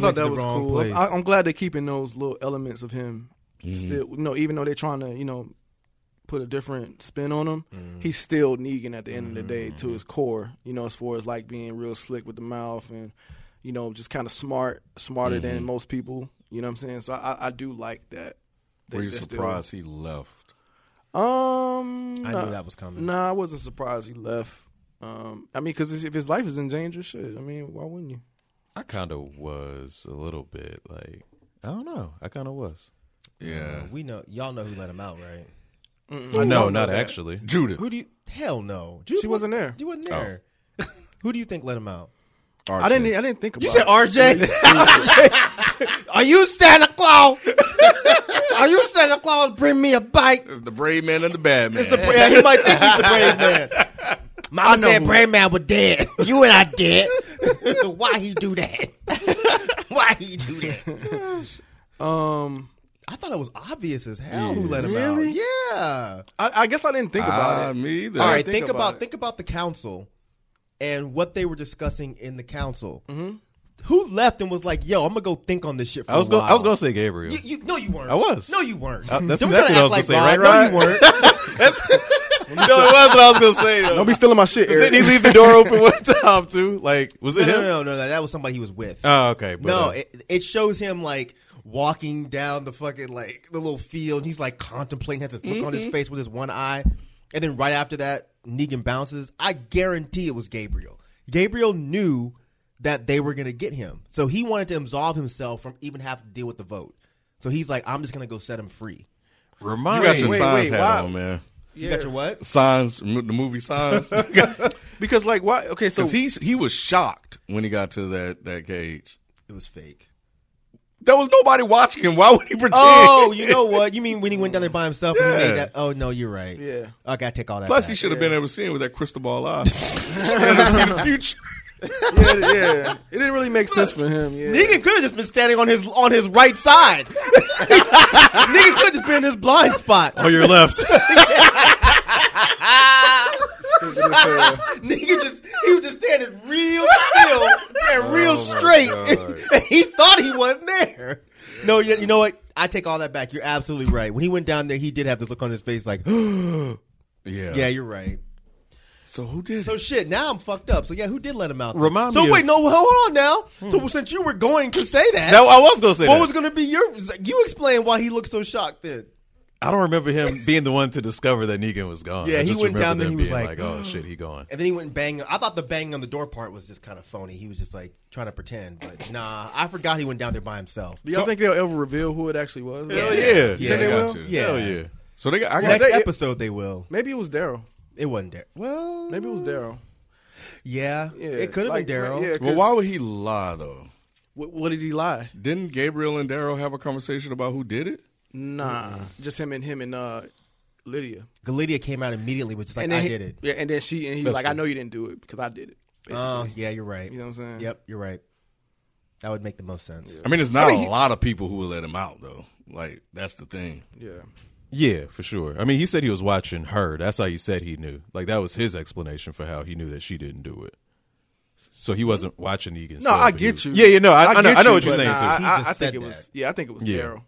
Speaker 7: to
Speaker 8: that
Speaker 7: the
Speaker 8: was
Speaker 7: wrong
Speaker 8: cool.
Speaker 7: place.
Speaker 8: I, I'm glad they're keeping those little elements of him
Speaker 7: Mm-hmm.
Speaker 8: still. You know, even though they're trying to, you know, put a different spin on him,
Speaker 7: Mm-hmm.
Speaker 8: he's still Negan at the end of the day to his core. You know, as far as like being real slick with the mouth and, you know, just kind of smart, smarter
Speaker 7: Mm-hmm.
Speaker 8: than most people. You know what I'm saying? So I, I, I do like that. they-
Speaker 2: Were you
Speaker 8: they're still-
Speaker 2: surprised he left?
Speaker 8: Um,
Speaker 7: I
Speaker 8: nah.
Speaker 7: knew that was coming.
Speaker 8: Nah, I wasn't surprised he left. Um, I mean, because if his life is in danger, shit. I mean, why wouldn't you?
Speaker 9: I kind of was a little bit like I don't know. I kind of was.
Speaker 2: Yeah.
Speaker 7: We know y'all know who let him out, right?
Speaker 9: I know, not
Speaker 8: that.
Speaker 9: actually.
Speaker 2: Judith.
Speaker 7: Who do you? Hell no. Jude
Speaker 8: She wasn't there.
Speaker 7: You wasn't there. Who do you think let him out?
Speaker 2: RJ.
Speaker 8: I didn't. I didn't think about.
Speaker 7: You said RJ. Are you Santa Claus? Are you Santa Claus? Bring me a bike.
Speaker 2: It's the brave man and the bad man.
Speaker 7: Yeah, he might think he's the brave man. Mama
Speaker 8: know
Speaker 7: said
Speaker 8: who-
Speaker 7: brave man was dead. You and I dead. Why he do that? Why he do that?
Speaker 8: Um,
Speaker 7: I thought it was obvious as hell who let him out. Yeah.
Speaker 8: I, I guess I didn't think
Speaker 2: Ah,
Speaker 8: about it.
Speaker 2: me either.
Speaker 7: All right,
Speaker 8: think
Speaker 7: think,
Speaker 8: about
Speaker 7: about,
Speaker 8: it.
Speaker 7: think about the council and what they were discussing in the council. Mm-hmm. Who left and was like, "Yo, I'm gonna go think on this shit." For
Speaker 9: I was
Speaker 7: a
Speaker 9: going.
Speaker 7: while.
Speaker 9: I was going to say Gabriel.
Speaker 7: You, you, no, you weren't.
Speaker 9: I was.
Speaker 7: No, you weren't.
Speaker 9: Uh, that's
Speaker 7: Don't
Speaker 9: exactly
Speaker 7: try to
Speaker 9: what I
Speaker 7: act
Speaker 9: was gonna say,
Speaker 7: Ron.
Speaker 9: right,
Speaker 7: No, you weren't.
Speaker 9: no, it was what I was going to say. Though.
Speaker 8: Don't be stealing my shit. Eric.
Speaker 9: Didn't he leave the door open one time too? Like, was
Speaker 7: no,
Speaker 9: it
Speaker 7: no,
Speaker 9: him?
Speaker 7: no, no, no, That was somebody he was with.
Speaker 9: Oh, okay. But,
Speaker 7: no,
Speaker 9: uh,
Speaker 7: it, it shows him like walking down the fucking like the little field. And he's like contemplating, has this look on his face with his one eye, and then right after that, Negan bounces. I guarantee it was Gabriel. Gabriel knew that they were gonna get him, so he wanted to absolve himself from even having to deal with the vote. So he's like, I'm just gonna go set him free.
Speaker 9: remind
Speaker 2: You got your
Speaker 8: Wait,
Speaker 2: signs
Speaker 8: wait,
Speaker 2: hat
Speaker 8: why-
Speaker 2: on, man.
Speaker 7: You got your what?
Speaker 2: Signs, mo- the movie signs.
Speaker 8: because like why? Okay, so
Speaker 2: Because he's he was shocked when he got to that that cage.
Speaker 7: It was fake.
Speaker 2: There was nobody watching him. Why would he pretend?
Speaker 7: Oh, you know what? You mean when he went down there by himself? And he
Speaker 2: Yeah.
Speaker 7: made that? Oh no, you're right.
Speaker 8: Yeah.
Speaker 7: I gotta take all that.
Speaker 2: Plus,
Speaker 7: back.
Speaker 2: he should have been able to see him with that crystal ball eye. Should have seen the future.
Speaker 8: yeah, yeah, it didn't really make sense for him. Yeah,
Speaker 7: Nigga could have just been standing on his on his right side. Nigga could have just been in his blind spot.
Speaker 9: on your Oh, left.
Speaker 7: Nigga just he was just standing real still
Speaker 9: Oh
Speaker 7: and real straight. And he thought he wasn't there. No, you, you know what? I take all that back. You're absolutely right. When he went down there, he did have this look on his face like,
Speaker 2: Yeah.
Speaker 7: yeah, you're right.
Speaker 2: So who did?
Speaker 7: So shit, now I'm fucked up. So yeah, who did let him out?
Speaker 9: Remind
Speaker 7: so
Speaker 9: me
Speaker 7: wait,
Speaker 9: of-
Speaker 7: no, hold on now. So since you were going to say that,
Speaker 9: No, I was going to say
Speaker 7: what
Speaker 9: that.
Speaker 7: was going to be your? You explain why he looked so shocked then.
Speaker 9: I don't remember him being the one to discover that Negan was gone.
Speaker 7: Yeah,
Speaker 9: I
Speaker 7: he
Speaker 9: just
Speaker 7: went
Speaker 9: remember
Speaker 7: down there,
Speaker 9: them
Speaker 7: he was
Speaker 9: being
Speaker 7: like, "Mm."
Speaker 9: "Oh shit, he gone."
Speaker 7: And then he went and banged. I thought the banging on the door part was just kind of phony. He was just like trying to pretend, but nah, I forgot he went down there by himself.
Speaker 8: do y'all think they'll ever reveal who it actually was?
Speaker 9: Hell yeah,
Speaker 2: Yeah, they got to.
Speaker 7: Yeah.
Speaker 9: Hell yeah.
Speaker 2: So they got. I got
Speaker 7: Next
Speaker 8: they-
Speaker 7: episode they will.
Speaker 8: Maybe it was Daryl.
Speaker 7: It wasn't Daryl. Well,
Speaker 8: Maybe it was Daryl.
Speaker 7: yeah,
Speaker 8: Yeah,
Speaker 7: it could have
Speaker 8: like,
Speaker 7: been Daryl.
Speaker 8: Yeah,
Speaker 2: Well, why would he lie though?
Speaker 8: What, what did he lie?
Speaker 2: Didn't Gabriel and Daryl have a conversation about who did it?
Speaker 8: Nah, just him and him and uh, Lydia.
Speaker 7: Galidia came out immediately, which is like
Speaker 8: and
Speaker 7: I
Speaker 8: then he-
Speaker 7: did it.
Speaker 8: Yeah, and then she and he's like, I know you didn't do it because I did it. Basically.
Speaker 7: Oh, yeah, you're right.
Speaker 8: You know what I'm saying?
Speaker 7: Yep, you're right. That would make the most sense.
Speaker 2: I mean, it's not a lot of people who will let him out though. Like that's the thing.
Speaker 8: yeah.
Speaker 9: Yeah, for sure. I mean, he said he was watching her. That's how he said he knew. Like that was his explanation for how he knew that she didn't do it. So he wasn't watching Egan.
Speaker 8: No,
Speaker 9: Stubb,
Speaker 8: I
Speaker 9: but he
Speaker 8: get
Speaker 9: was-
Speaker 8: you.
Speaker 9: Yeah, yeah, no, I, I, know,
Speaker 8: get
Speaker 9: I know
Speaker 8: you,
Speaker 9: what you're
Speaker 8: but
Speaker 9: saying
Speaker 8: nah,
Speaker 9: too.
Speaker 8: I, I-
Speaker 7: He just
Speaker 8: I think
Speaker 7: said
Speaker 8: it was.
Speaker 7: that.
Speaker 8: Yeah, I think it was
Speaker 9: Yeah.
Speaker 8: Daryl.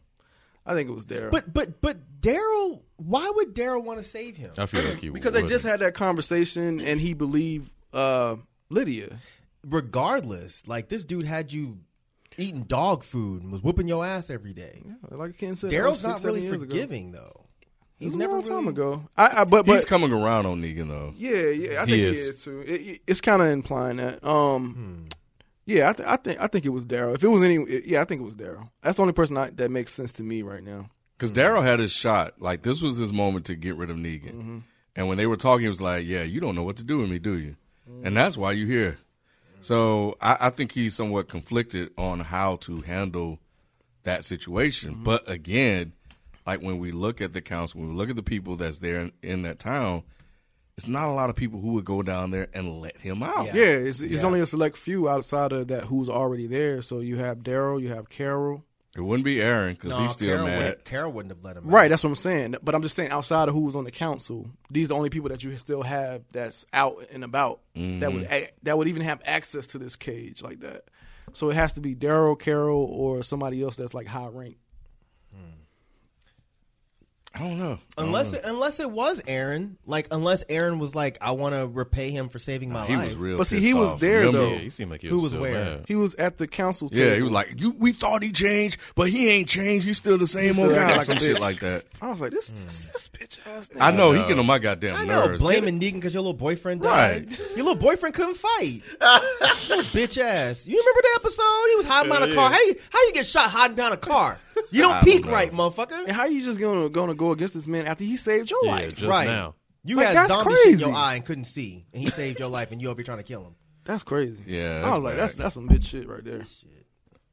Speaker 8: I think it was Daryl.
Speaker 7: But but but Daryl, why would Daryl want to save him?
Speaker 9: I feel like you
Speaker 8: because they just had that conversation and he believed uh, Lydia.
Speaker 7: Regardless, like this dude had you eating dog food and was whooping your ass every day.
Speaker 8: Like Ken said, that was
Speaker 7: Daryl's
Speaker 8: six,
Speaker 7: oh, not
Speaker 8: seven
Speaker 7: really
Speaker 8: years ago.
Speaker 7: forgiving though.
Speaker 8: It was
Speaker 7: He's
Speaker 8: a
Speaker 7: never
Speaker 8: long time
Speaker 7: really-
Speaker 8: ago. I, I but but
Speaker 2: He's coming around on Negan though.
Speaker 8: yeah yeah I
Speaker 9: He
Speaker 8: think he is,
Speaker 9: is.
Speaker 8: too. It, it- it's kind of implying that. Um, yeah, I, th- I think I think it was Daryl. If it was any, yeah, I think it was Daryl. That's the only person I, that makes sense to me right now.
Speaker 2: Because Daryl had his shot. Like this was his moment to get rid of Negan. And when they were talking, he was like, "Yeah, you don't know what to do with me, do you?" And that's why you here. So I, I think he's somewhat conflicted on how to handle that situation.
Speaker 8: Mm-hmm.
Speaker 2: But again, like when we look at the council, when we look at the people that's there in, in that town, it's not a lot of people who would go down there and let him out.
Speaker 8: Yeah, it's, it's only a select few outside of that who's already there. So you have Daryl, you have Carol.
Speaker 2: It wouldn't be Aaron because
Speaker 7: No,
Speaker 2: he's still
Speaker 7: Carol
Speaker 2: mad.
Speaker 7: Wouldn't, Carol wouldn't have let him.
Speaker 8: Right,
Speaker 7: out.
Speaker 8: that's what I'm saying. But I'm just saying outside of who was on the council, these are the only people that you still have that's out and about that
Speaker 2: Mm-hmm.
Speaker 8: would a- that would even have access to this cage like that. So it has to be Daryl, Carol, or somebody else that's like high rank.
Speaker 2: I don't know.
Speaker 7: Unless it, unless it was Aaron, like unless Aaron was like, I want to repay him for saving my
Speaker 2: He
Speaker 7: life.
Speaker 2: was real.
Speaker 8: But see,
Speaker 2: pissed
Speaker 8: he was
Speaker 2: off.
Speaker 8: there,
Speaker 2: Remember?
Speaker 8: though.
Speaker 9: Yeah, he seemed like he
Speaker 7: Who
Speaker 9: was
Speaker 7: was
Speaker 9: still
Speaker 7: where?
Speaker 9: mad.
Speaker 8: He was at the council table.
Speaker 2: Yeah, he was like, "You, we thought he changed, but he ain't changed. He's still the same old
Speaker 8: still
Speaker 2: guy."
Speaker 8: acting like
Speaker 2: some
Speaker 8: a
Speaker 2: shit
Speaker 8: bitch.
Speaker 2: like that. uh,
Speaker 8: I was like, this this, this bitch ass.
Speaker 2: Mm. I know he can on my goddamn
Speaker 7: I know,
Speaker 2: nerves.
Speaker 7: blaming Negan because your little boyfriend died.
Speaker 2: Right.
Speaker 7: Your little boyfriend couldn't fight. Your bitch ass. You remember the episode? He was hiding behind a car. How you how you get shot hiding behind a car?
Speaker 2: I
Speaker 7: You don't
Speaker 2: don't
Speaker 7: peek
Speaker 2: know.
Speaker 7: right,
Speaker 8: And
Speaker 7: motherfucker.
Speaker 8: how you just gonna gonna go against this man after he saved your
Speaker 9: Yeah,
Speaker 8: life?
Speaker 9: just
Speaker 7: right
Speaker 9: now.
Speaker 7: You
Speaker 8: Like,
Speaker 7: had
Speaker 8: that's
Speaker 7: zombie shit in your
Speaker 8: crazy.
Speaker 7: eye and couldn't see, and he saved your life, and you over here trying to kill him.
Speaker 8: That's crazy.
Speaker 2: Yeah,
Speaker 8: I
Speaker 2: that's
Speaker 8: was like,
Speaker 2: bad.
Speaker 8: that's that's some bitch shit right there.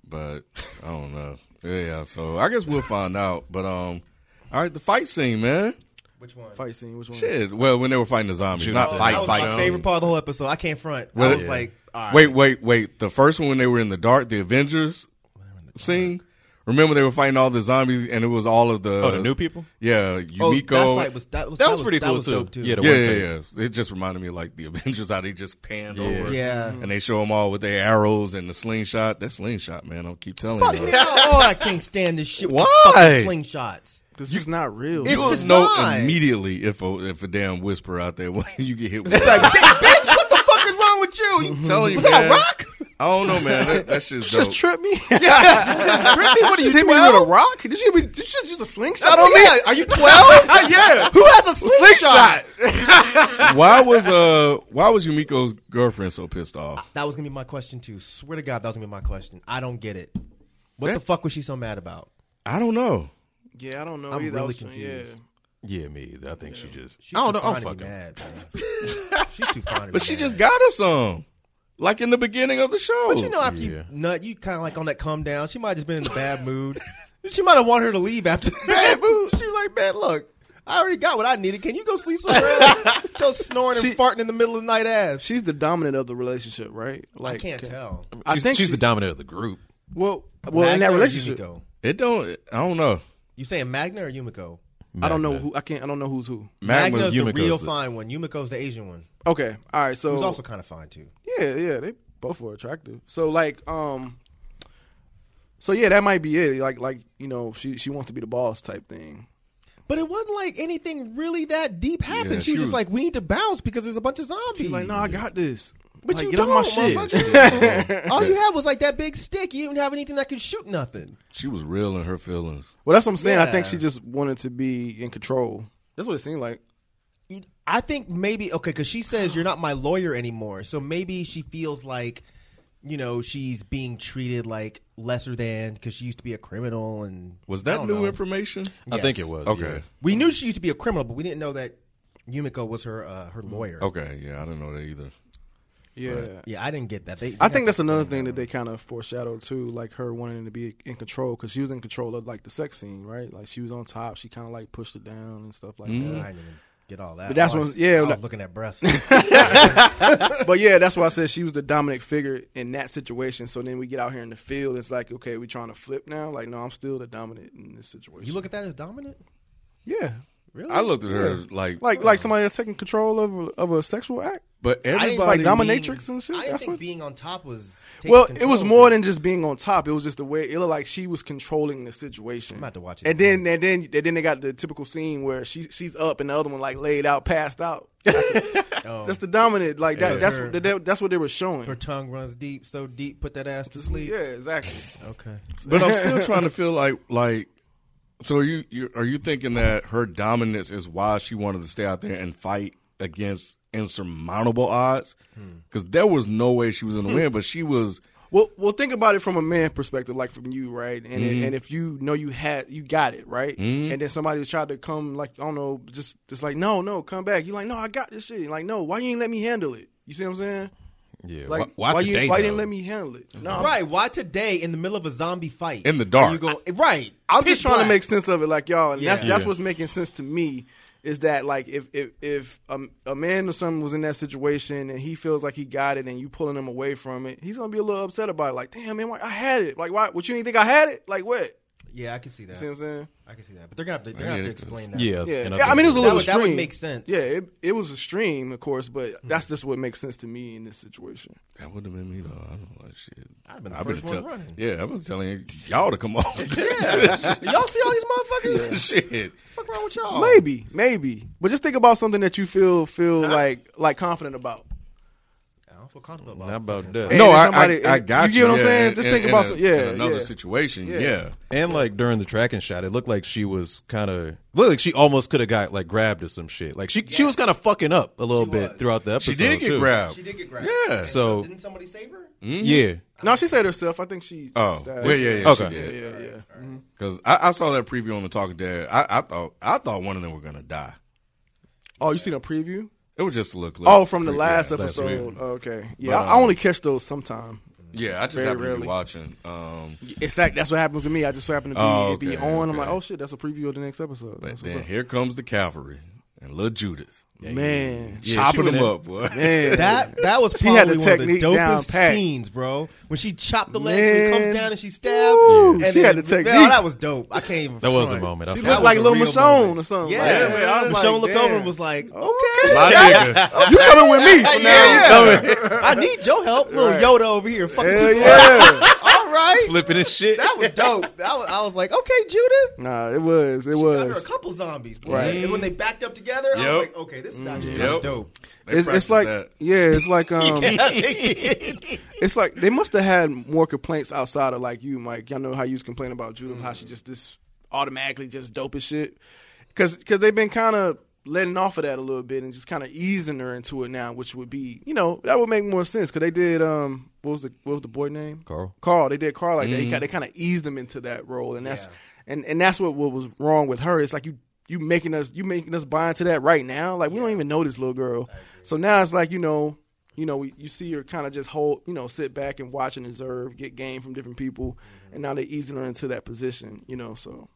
Speaker 2: but I don't know. Yeah, so I guess we'll find out. But um, all right, the fight scene, man.
Speaker 7: Which one?
Speaker 8: Fight scene. Which one?
Speaker 2: Shit. Well, when they were fighting the zombies,
Speaker 9: Shoot
Speaker 2: not
Speaker 9: up.
Speaker 2: fight,
Speaker 7: that was
Speaker 2: fight.
Speaker 7: my
Speaker 2: scene.
Speaker 7: favorite part of the whole episode. I can't front.
Speaker 2: Well,
Speaker 7: I was
Speaker 2: yeah.
Speaker 7: like, all right.
Speaker 2: Wait, wait, wait. The first one when they were in the dark, the Avengers scene. Remember they were fighting all the zombies, and it was all of the
Speaker 9: Oh, the new people.
Speaker 2: Yeah,
Speaker 7: Oh,
Speaker 2: Yumiko.
Speaker 7: that fight was that was
Speaker 9: That was pretty
Speaker 7: that
Speaker 9: cool
Speaker 7: was
Speaker 9: too.
Speaker 7: Dope too.
Speaker 9: Yeah, the
Speaker 2: yeah,
Speaker 9: one
Speaker 2: yeah,
Speaker 9: take.
Speaker 2: yeah. It just reminded me of like the Avengers how they just panned over.
Speaker 7: Yeah.
Speaker 2: And they show them all with their arrows and the slingshot. That slingshot, man. I'll keep telling
Speaker 7: Fuck
Speaker 2: you.
Speaker 7: me. Oh, I can't stand this shit. with the
Speaker 2: Why?
Speaker 7: fucking Slingshots.
Speaker 8: Because it's not real.
Speaker 7: It's
Speaker 2: You'll
Speaker 7: just
Speaker 2: know
Speaker 7: not.
Speaker 2: immediately if a if a damn whisper out there when you get hit with
Speaker 7: Like, "Bitch, bitch, what the fuck is wrong with you? You
Speaker 2: I'm telling you,
Speaker 7: Was that a
Speaker 2: man.
Speaker 7: rock?
Speaker 2: I don't know, man. That, that shit's dope.
Speaker 8: just trip me.
Speaker 7: Just trip me? What are you,
Speaker 8: hit me
Speaker 7: 12?
Speaker 8: with a rock? Did you, did you just use a slingshot on me?
Speaker 7: Yeah, Are you 12?
Speaker 8: yeah.
Speaker 7: Who has a slingshot?
Speaker 2: why was uh why was Yumiko's girlfriend so pissed off?
Speaker 7: That was going to be my question, too. Swear to God, that was going to be my question. I don't get it. What the fuck was she so mad about?
Speaker 2: I don't know.
Speaker 8: Yeah, I don't know.
Speaker 7: I'm
Speaker 8: either. I
Speaker 7: really
Speaker 8: was-
Speaker 7: confused.
Speaker 9: Yeah, me. either. I think she just.
Speaker 7: She's
Speaker 9: I
Speaker 7: too
Speaker 9: don't know. Oh, I'm
Speaker 7: fine to be
Speaker 9: fucking.
Speaker 7: mad, man. She's too fine to
Speaker 2: But
Speaker 7: be
Speaker 2: she
Speaker 7: mad.
Speaker 2: just got her some. Like in the beginning of the show.
Speaker 7: But you know, after
Speaker 9: Yeah.
Speaker 7: you nut, you kind of like on that calm down. She might have just been in a bad mood. She might have wanted her to leave after the bad mood. She was like, man, look, I already got what I needed. Can you go sleep somewhere else? Just snoring and
Speaker 8: She-
Speaker 7: farting in the middle of the night ass.
Speaker 8: She's the dominant of the relationship, right? Like
Speaker 7: I can't tell.
Speaker 8: I
Speaker 9: she's,
Speaker 8: think
Speaker 9: she's
Speaker 8: she-
Speaker 9: the dominant of the group.
Speaker 8: Well, well, in
Speaker 7: Magna
Speaker 8: that
Speaker 7: or
Speaker 8: relationship,
Speaker 7: Yumiko?
Speaker 2: it don't I don't know.
Speaker 7: You saying Magna or Yumiko?
Speaker 8: I don't know
Speaker 9: Magna.
Speaker 8: who. I can't. I don't know who's who.
Speaker 7: Mm.
Speaker 2: Magma's
Speaker 7: Magna's the
Speaker 9: Yumiko's
Speaker 7: real
Speaker 9: the-
Speaker 7: fine one. Yumiko's the Asian one,
Speaker 8: Okay. All right. So
Speaker 7: who's also kind of fine too.
Speaker 8: yeah, yeah, they both were attractive. So like, um, so yeah, that might be it. Like, like you know, she she wants to be the boss type thing.
Speaker 7: But it wasn't like anything really that deep happened.
Speaker 2: Yeah,
Speaker 7: she
Speaker 2: she
Speaker 7: was just
Speaker 2: was-
Speaker 7: like, we need to bounce because there's a bunch of zombies.
Speaker 8: She's like, no, I got this.
Speaker 7: But
Speaker 8: Like,
Speaker 7: you
Speaker 8: get
Speaker 7: don't,
Speaker 8: off my shit.
Speaker 7: motherfucker. All you had was like that big stick. You didn't have anything that could shoot nothing.
Speaker 2: She was real in her feelings.
Speaker 8: Well, that's what I'm saying. I think
Speaker 7: Yeah.
Speaker 8: she just wanted to be in control. That's what it seemed like.
Speaker 7: I think maybe okay because she says you're not my lawyer anymore, so maybe she feels like you know she's being treated like lesser than because she used to be a criminal and
Speaker 2: Was
Speaker 7: I
Speaker 2: that
Speaker 7: don't
Speaker 2: new
Speaker 7: know.
Speaker 2: information?
Speaker 9: I think
Speaker 7: Yes.
Speaker 9: it was.
Speaker 2: Okay.
Speaker 9: yeah.
Speaker 7: We knew she used to be a criminal, but we didn't know that Yumiko was her uh, her
Speaker 8: Mm,
Speaker 7: lawyer.
Speaker 2: Okay, yeah, I didn't know that either.
Speaker 8: Yeah.
Speaker 7: Yeah, I didn't get that. They,
Speaker 8: I think that's another thing that they kind of foreshadowed too, like her wanting to be in control because she was in control of like the sex scene, right? Like she was on top, she kind of like pushed it down and stuff like
Speaker 7: I didn't even get all that. Oh,
Speaker 8: But that's
Speaker 7: I
Speaker 8: when-
Speaker 7: was-
Speaker 8: yeah,
Speaker 7: I was
Speaker 8: like-
Speaker 7: looking at breasts.
Speaker 8: that. But yeah, that's why I said she was the dominant figure in that situation. So then we get out here in the field, it's like okay, we trying to flip now. Like no, I'm still the dominant in this situation.
Speaker 7: you look at that as dominant.
Speaker 8: Yeah,
Speaker 2: Really? I looked at her like,
Speaker 8: like like somebody that's taking control of a- of a sexual act.
Speaker 2: but everybody
Speaker 8: like
Speaker 2: dominate.
Speaker 8: dominatrix and shit.
Speaker 7: I didn't
Speaker 8: That's
Speaker 7: think
Speaker 8: what.
Speaker 7: being on top was. taking
Speaker 8: Well, it
Speaker 7: control,
Speaker 8: was more
Speaker 7: but
Speaker 8: than just being on top. It was just the way it looked like she was controlling the situation. I'm
Speaker 7: about to watch it
Speaker 8: And then and then and then they got the typical scene where she she's up and the other one like laid out, passed out.
Speaker 7: Oh.
Speaker 8: That's the dominant like that. That's
Speaker 7: Her-
Speaker 8: what they, that's what they were showing.
Speaker 7: her tongue runs deep, so deep, put that ass to sleep. Oh.
Speaker 8: Yeah, exactly.
Speaker 7: Okay.
Speaker 2: But I'm still trying to feel like like. So are you, you are you thinking that her dominance is why she wanted to stay out there and fight against insurmountable odds? Because there was no way she was going to win, but she was.
Speaker 8: Well, well, think about it from a man perspective, like from you, right? And
Speaker 7: Mm-hmm.
Speaker 8: and if you know you had you got it right, and then somebody tried to come, like I don't know, just just like no, no, come back. You're like, no, I got this shit. Like, no, why you ain't let me handle it? You see what I'm saying?
Speaker 9: Yeah.
Speaker 8: Like,
Speaker 9: why, why,
Speaker 8: you
Speaker 9: today,
Speaker 8: why you
Speaker 9: though?
Speaker 8: didn't let me handle it? No, I'm-
Speaker 7: Right? Why today in the middle of a zombie fight
Speaker 2: In the dark.
Speaker 7: You go right.
Speaker 8: I'm
Speaker 7: pitch
Speaker 8: just trying
Speaker 7: black.
Speaker 8: to make sense of it, like y'all. And that's
Speaker 7: Yeah.
Speaker 8: that's what's making sense to me is that like if if if a, a man or something was in that situation and he feels like he got it and you pulling him away from it, he's gonna be a little upset about it. Like, damn man, why, I had it. Like, why? What you didn't think I had it? Like, what?
Speaker 7: Yeah, I can see that.
Speaker 8: See what I'm saying?
Speaker 7: I can see that. But they're gonna have to, they're gonna
Speaker 2: I get
Speaker 7: have to
Speaker 2: it, 'cause-
Speaker 7: explain that.
Speaker 9: Yeah.
Speaker 8: Yeah,
Speaker 9: and I
Speaker 8: yeah I
Speaker 9: think
Speaker 8: mean it was a
Speaker 9: that-
Speaker 8: little
Speaker 7: would- that would
Speaker 8: extreme.
Speaker 7: make sense. Hmm.
Speaker 8: Yeah, it, it was extreme, of course, but that's just what makes sense to me in this situation.
Speaker 2: That would have been me though. I don't know like shit.
Speaker 7: I'd been the first one running.
Speaker 2: Yeah, I've been telling y'all to come on.
Speaker 7: Y'all see all these motherfuckers?
Speaker 2: shit.
Speaker 7: What's wrong with y'all?
Speaker 8: Maybe, maybe, but just think about something that you feel feel like like confident about.
Speaker 7: I don't feel comfortable about
Speaker 9: Not
Speaker 7: it.
Speaker 9: about that.
Speaker 8: And
Speaker 2: No, I,
Speaker 8: somebody-
Speaker 2: I, I got you.
Speaker 8: you get what I'm
Speaker 2: yeah,
Speaker 8: saying?
Speaker 2: in-
Speaker 8: Just
Speaker 2: in-
Speaker 8: think
Speaker 2: in
Speaker 8: about
Speaker 2: a-
Speaker 8: some- yeah,
Speaker 2: in another
Speaker 8: yeah.
Speaker 2: situation. Yeah.
Speaker 9: And like during the tracking shot, it looked like she was kind of looked like she almost could have got like grabbed or some shit. Like she she was kind of fucking up a little bit throughout the
Speaker 2: she
Speaker 9: episode.
Speaker 2: did get
Speaker 9: too.
Speaker 2: grabbed.
Speaker 7: She did get grabbed.
Speaker 2: Yeah.
Speaker 7: And
Speaker 9: So-
Speaker 7: didn't somebody save her?
Speaker 9: Yeah,
Speaker 8: No, she said herself. I think she.
Speaker 2: Oh,
Speaker 8: stabbed.
Speaker 2: yeah, yeah, yeah.
Speaker 9: Okay.
Speaker 2: She
Speaker 8: yeah,
Speaker 2: did.
Speaker 8: yeah, yeah. Mhm.
Speaker 2: Because I, I saw that preview on the Talking Dead. I, I thought I thought one of them were gonna die.
Speaker 8: Oh, you seen a preview?
Speaker 2: It was just a look. clip.
Speaker 8: Oh, from the
Speaker 2: Yeah,
Speaker 8: last
Speaker 2: that's
Speaker 8: episode.
Speaker 2: weird.
Speaker 8: Okay, yeah, I, I
Speaker 2: um,
Speaker 8: only catch those sometime.
Speaker 2: yeah, I just
Speaker 8: Very
Speaker 2: happened to
Speaker 8: rarely.
Speaker 2: be watching. Um,
Speaker 8: It's like that's what happens to me. I just happen to be,
Speaker 2: Oh,
Speaker 8: it be
Speaker 2: okay,
Speaker 8: on. I'm like,
Speaker 2: okay.
Speaker 8: oh shit, that's a preview of the next episode.
Speaker 2: but
Speaker 8: That's what's
Speaker 2: then
Speaker 8: up.
Speaker 2: here comes the cavalry and little Judith
Speaker 8: man,
Speaker 2: chopping them up, boy.
Speaker 8: man,
Speaker 7: That that was
Speaker 8: She had
Speaker 7: probably
Speaker 8: the
Speaker 7: one of the
Speaker 8: technique down
Speaker 7: dopest
Speaker 8: pat.
Speaker 7: scenes, bro. When she chopped the legs, when he
Speaker 8: Man.
Speaker 7: comes down and she stabbed.
Speaker 8: Woo,
Speaker 7: and
Speaker 8: she
Speaker 7: then-
Speaker 8: had the technique.
Speaker 7: Man, that was dope. I can't even.
Speaker 9: that was a
Speaker 7: front.
Speaker 9: moment. I
Speaker 8: She
Speaker 9: felt
Speaker 8: looked
Speaker 9: it.
Speaker 8: like
Speaker 7: was a
Speaker 8: Lil
Speaker 7: real
Speaker 8: Michonne
Speaker 7: moment.
Speaker 8: or something.
Speaker 7: Yeah,
Speaker 8: Like,
Speaker 7: man. I
Speaker 8: I was like,
Speaker 7: looked over and
Speaker 8: damn.
Speaker 7: was like, "Oh, "Okay,
Speaker 2: My nigga.
Speaker 8: You coming with me? From now on.
Speaker 7: I need your help, little Yoda over here." Fucking
Speaker 8: Hell
Speaker 7: two-
Speaker 8: yeah.
Speaker 7: All right,
Speaker 9: flipping and shit.
Speaker 7: that was dope. That was, I was like, "Okay, Judith."
Speaker 8: nah, it was. It
Speaker 7: After a
Speaker 8: was.
Speaker 7: couple zombies, boy.
Speaker 8: Right.
Speaker 7: And when they backed up together, I
Speaker 2: Yep.
Speaker 7: was like, "Okay, this is actually
Speaker 2: Yep.
Speaker 7: dope."
Speaker 2: They
Speaker 8: It's, it's
Speaker 2: practiced
Speaker 8: like
Speaker 2: that.
Speaker 8: yeah, it's like um,
Speaker 7: they did.
Speaker 8: it's like they must have had more complaints outside of like you, Mike. Y'all know how you was complaining about Judith, how she just this automatically just dope as shit. Because cause they've been kind of letting off of that a little bit and just kind of easing her into it now, which would be you know that would make more sense. Because they did um what was the what was the boy name
Speaker 9: Carl.
Speaker 8: Carl. They did Carl like that. He ki- They kind of eased him into that role, and that's and and that's what what was wrong with her. It's like you. You making us, you making us buy into that right now. Like we don't even know this little girl. So now it's like you know, you know, you see her kind of just hold, you know, sit back and watch and observe, get game from different people, and now they're easing her into that position, you know. So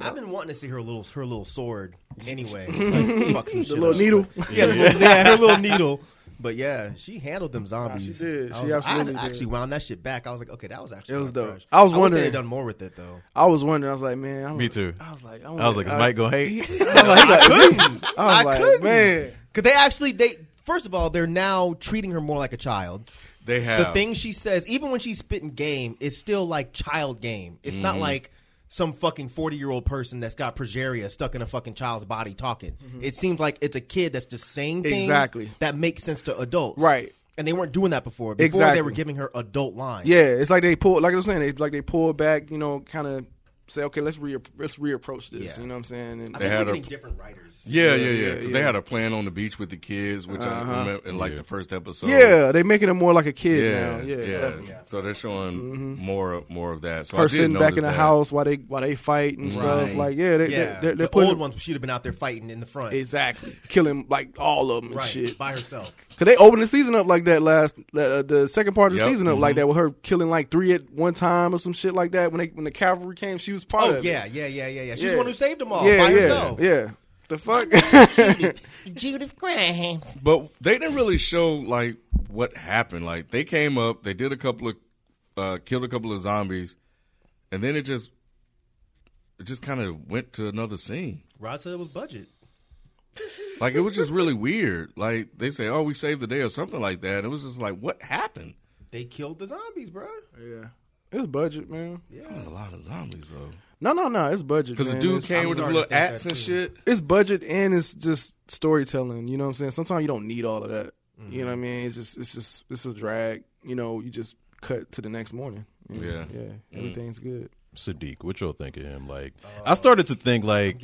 Speaker 7: I've been wanting to see her little her little sword anyway. Like, fuck some
Speaker 8: the
Speaker 7: shit
Speaker 8: little
Speaker 7: up.
Speaker 8: needle,
Speaker 7: Yeah, the little, yeah, her little needle. But yeah, she handled them zombies.
Speaker 8: she did.
Speaker 7: I
Speaker 8: She
Speaker 7: was-
Speaker 8: absolutely
Speaker 7: I actually
Speaker 8: did.
Speaker 7: wound that shit back. I was like, okay, that was actually
Speaker 8: It was
Speaker 7: kinda
Speaker 8: dope.
Speaker 7: fresh.
Speaker 8: I was
Speaker 7: wish
Speaker 8: wondering-
Speaker 7: they had done more with it though.
Speaker 8: I was wondering. I was like, man, I
Speaker 9: Me
Speaker 8: was-
Speaker 9: too.
Speaker 8: I was like, I,
Speaker 9: I was like, is Mike gonna hate?
Speaker 8: I was like, I couldn't. I was
Speaker 7: I
Speaker 8: like,
Speaker 7: couldn't.
Speaker 8: man,
Speaker 7: Because they actually they first of all they're now treating her more like a child.
Speaker 2: They have
Speaker 7: The thing she says, even when she's spitting game, it's still like child game. It's not
Speaker 8: Mm-hmm.
Speaker 7: like some fucking forty year old person that's got progeria stuck in a fucking child's body talking. It seems like it's a kid that's just saying things
Speaker 8: Exactly.
Speaker 7: that make sense to adults,
Speaker 8: Right.
Speaker 7: And they weren't doing that before. Before
Speaker 8: Exactly.
Speaker 7: they were giving her adult lines.
Speaker 8: yeah, it's like they pull, like I was saying, they like they pull back, you know, kind of say, okay, let's re let's reapproach this,
Speaker 7: Yeah.
Speaker 8: you know what I'm saying? And
Speaker 7: I
Speaker 2: had
Speaker 7: think we're
Speaker 2: her-
Speaker 7: getting different writers.
Speaker 2: Yeah, yeah, yeah. Because
Speaker 8: yeah,
Speaker 2: they
Speaker 8: yeah. Uh-huh.
Speaker 2: had a plan on the beach with the kids, which I remember in like the first episode.
Speaker 8: yeah, they're making it more like a kid
Speaker 2: yeah, yeah.
Speaker 8: now. Yeah, definitely.
Speaker 2: So they're showing more of- more of that. So I
Speaker 8: Her
Speaker 2: did
Speaker 8: sitting back
Speaker 2: notice
Speaker 8: in the
Speaker 2: that.
Speaker 8: house while they while they fight and stuff.
Speaker 7: Right.
Speaker 8: Like, yeah, they,
Speaker 7: yeah.
Speaker 8: They, are they're
Speaker 7: the
Speaker 8: putting
Speaker 7: old ones she'd have been out there fighting in the front,
Speaker 8: Exactly. Killing like all of them and
Speaker 7: right,
Speaker 8: shit.
Speaker 7: by herself.
Speaker 8: Cause they opened the season up like that last uh, the second part of the
Speaker 2: Yep. Mm-hmm.
Speaker 8: season up like that with her killing like three at one time or some shit like that when they when the cavalry came she was part
Speaker 7: Oh
Speaker 8: of
Speaker 7: yeah,
Speaker 8: it.
Speaker 7: yeah, yeah, yeah, yeah. She's
Speaker 8: Yeah.
Speaker 7: the one who saved them all
Speaker 8: yeah
Speaker 7: by
Speaker 8: yeah
Speaker 7: herself.
Speaker 8: yeah the fuck
Speaker 7: Judith Grimes.
Speaker 2: But they didn't really show like what happened. Like they came up, they did a couple of uh, killed a couple of zombies, and then it just it just kind of went to another scene.
Speaker 7: Rod said it was budget.
Speaker 2: Like it was just really weird. Like they say, "Oh, we saved the day" or something like that. It was just like, what happened?
Speaker 7: They killed the zombies, bro.
Speaker 8: Yeah. It's budget, man.
Speaker 2: Yeah, a lot of zombies though.
Speaker 8: No, no, no. It's budget.
Speaker 2: Because the
Speaker 8: man.
Speaker 2: dude
Speaker 8: It's-
Speaker 2: came with his
Speaker 7: starting
Speaker 2: little
Speaker 7: to think
Speaker 2: axe
Speaker 7: that
Speaker 2: and
Speaker 7: too.
Speaker 2: shit.
Speaker 8: it's budget and it's just storytelling. You know what I'm saying? Sometimes you don't need all of that. You know what I
Speaker 2: Mm-hmm.
Speaker 8: mean? It's just it's just it's a drag. You know, you just cut to the next morning. You know?
Speaker 2: Yeah.
Speaker 8: yeah. Everything's good.
Speaker 9: Sadiq, what y'all think of him? Like, I started to think like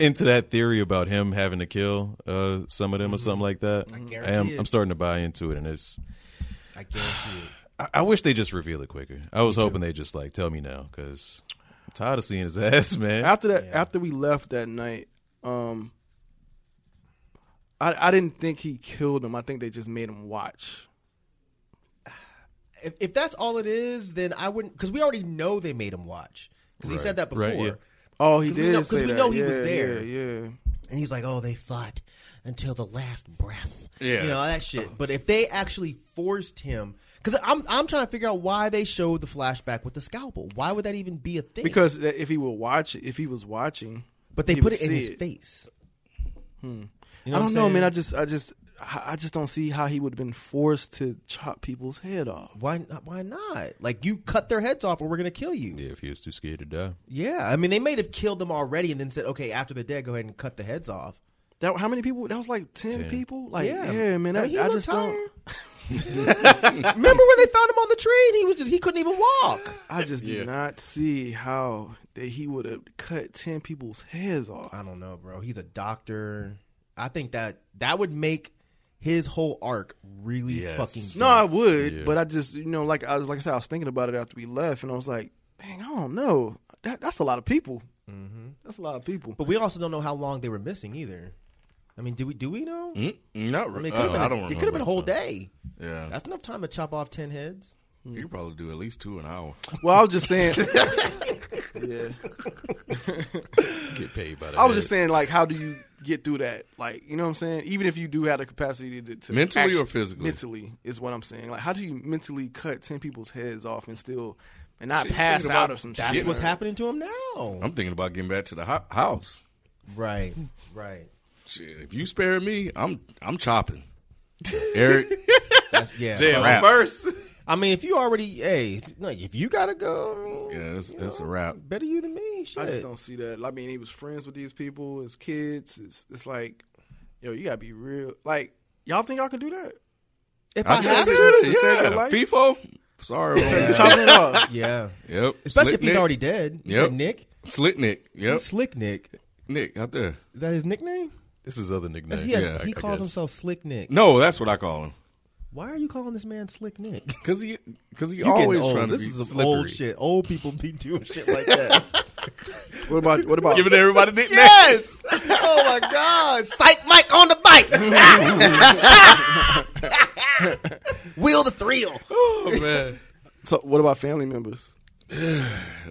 Speaker 9: into that theory about him having to kill uh, some
Speaker 7: Mm-hmm.
Speaker 9: of them or something like that. I am,
Speaker 7: guarantee it.
Speaker 9: I'm starting to buy into it, and it's.
Speaker 7: I guarantee it.
Speaker 9: I, I wish they just reveal it quicker. I was hoping they just like tell me now because I'm tired of seeing his ass, man.
Speaker 8: After that, after we left that night, um, I I didn't think he killed him. I think they just made him watch.
Speaker 7: If, if that's all it is, then I wouldn't because we already know they made him watch because he said that before.
Speaker 9: Right, yeah.
Speaker 8: Oh, he
Speaker 7: 'Cause
Speaker 8: did.
Speaker 7: we know- 'cause
Speaker 8: say
Speaker 7: we
Speaker 8: that.
Speaker 7: know he was
Speaker 8: Yeah,
Speaker 7: there.
Speaker 8: Yeah, yeah.
Speaker 7: And he's like, "Oh, they fought until the last breath."
Speaker 2: Yeah.
Speaker 7: you know all that
Speaker 9: Uh-huh.
Speaker 7: shit. But if they actually forced him, because I'm I'm trying to figure out why they showed the flashback with the scalpel. Why would that even be a thing?
Speaker 8: Because that- if he would watch, if he was watching,
Speaker 7: but they
Speaker 8: he
Speaker 7: put
Speaker 8: would
Speaker 7: it in
Speaker 8: see
Speaker 7: his
Speaker 8: it.
Speaker 7: face.
Speaker 8: I
Speaker 7: what
Speaker 8: don't
Speaker 7: I'm
Speaker 8: know, man.
Speaker 7: saying?
Speaker 8: I just, I just, I I just don't see how he would have been forced to chop people's head off.
Speaker 7: Why not? Why not? Like you cut their heads off, or we're gonna kill you.
Speaker 9: yeah, if he was too scared to die,
Speaker 7: Yeah, I mean they may have killed them already, and then said, "Okay, after they're dead, go ahead and cut the heads off."
Speaker 8: That how many people? That was like ten, people. Like
Speaker 7: Yeah.
Speaker 8: yeah, man.
Speaker 7: Now,
Speaker 8: That,
Speaker 7: he
Speaker 8: I
Speaker 7: looked
Speaker 8: just
Speaker 7: tired.
Speaker 8: don't.
Speaker 7: Remember when they found him on the tree and he was just he couldn't even walk.
Speaker 8: I just do not see how that he would have cut ten people's heads off.
Speaker 7: I don't know, bro. He's a doctor. I think that that would make his whole arc really
Speaker 2: Yes.
Speaker 7: fucking.
Speaker 8: No, I would,
Speaker 9: Yeah.
Speaker 8: but I just you know, like I was like I said, I was thinking about it after we left, and I was like, dang, I don't know. That, that's a lot of people.
Speaker 2: Mm-hmm.
Speaker 8: That's a lot of people.
Speaker 7: But we also don't know how long they were missing either. I mean, do we? Do we know?
Speaker 2: Mm, Not
Speaker 7: Uh, I
Speaker 2: really.
Speaker 7: mean, it
Speaker 2: I,
Speaker 7: could have
Speaker 2: I
Speaker 7: been,
Speaker 2: don't
Speaker 7: a- it could have been
Speaker 2: remember.
Speaker 7: a whole day.
Speaker 2: Yeah,
Speaker 7: That's enough time to chop off ten heads.
Speaker 2: you could probably do at least two an hour.
Speaker 8: Well, I was just saying. yeah,
Speaker 9: get paid by the
Speaker 8: I was
Speaker 9: head.
Speaker 8: just saying, like, how do you get through that? Like, you know what I'm saying? Even if you do have the capacity to, to
Speaker 2: Mentally or physically?
Speaker 8: mentally is what I'm saying. Like, how do you mentally cut ten people's heads off and still and not
Speaker 2: Shit, you
Speaker 8: pass
Speaker 2: thinking
Speaker 8: out
Speaker 2: about-
Speaker 8: or some
Speaker 2: that's
Speaker 8: shit?
Speaker 7: What's
Speaker 8: or-
Speaker 7: happening to him now?
Speaker 2: I'm thinking about getting back to the ho- house.
Speaker 7: Right, right.
Speaker 2: Shit, if you spare me, I'm I'm chopping. Eric,
Speaker 7: Yeah.
Speaker 2: Damn, Rap.
Speaker 9: first.
Speaker 7: I mean, if you already, hey, if- no, if you gotta go, I mean,
Speaker 2: yeah, it's,
Speaker 7: you
Speaker 2: it's a
Speaker 7: know,
Speaker 2: wrap.
Speaker 7: Better you than me. Shit.
Speaker 8: I just don't see that. I mean, he was friends with these people, his kids. It's, it's like, yo, you gotta be real. Like, y'all think y'all can do that?
Speaker 7: If
Speaker 2: I
Speaker 7: I
Speaker 2: just
Speaker 7: have
Speaker 2: did
Speaker 7: to,
Speaker 2: it.
Speaker 8: to save your
Speaker 2: Yeah,
Speaker 8: life?
Speaker 2: FIFO. Sorry, man.
Speaker 8: Chopping it off.
Speaker 7: yeah.
Speaker 2: Yep.
Speaker 7: Especially
Speaker 2: Slick
Speaker 7: if he's
Speaker 2: Nick.
Speaker 7: already dead. You
Speaker 2: Yep.
Speaker 7: said Nick.
Speaker 2: Slick Nick. Yep.
Speaker 7: Slick Nick.
Speaker 2: Nick out there.
Speaker 7: Is that his nickname?
Speaker 9: This is other nickname.
Speaker 7: He, has,
Speaker 2: Yeah,
Speaker 7: he
Speaker 9: I- I
Speaker 7: calls
Speaker 9: guess.
Speaker 7: himself Slick Nick.
Speaker 2: No, that's what I call him.
Speaker 7: Why are you calling this man Slick Nick?
Speaker 2: Cause he, cause he
Speaker 7: You getting
Speaker 2: always
Speaker 7: old.
Speaker 2: trying to
Speaker 7: this
Speaker 2: be
Speaker 7: is some
Speaker 2: slippery.
Speaker 7: old shit. Old people be doing shit like that.
Speaker 8: What about what about
Speaker 2: Giving everybody nicknames.
Speaker 7: yes. Oh my God. Psych Mike on the bike. Wheel the thrill.
Speaker 2: Oh, man.
Speaker 8: so, what about family members?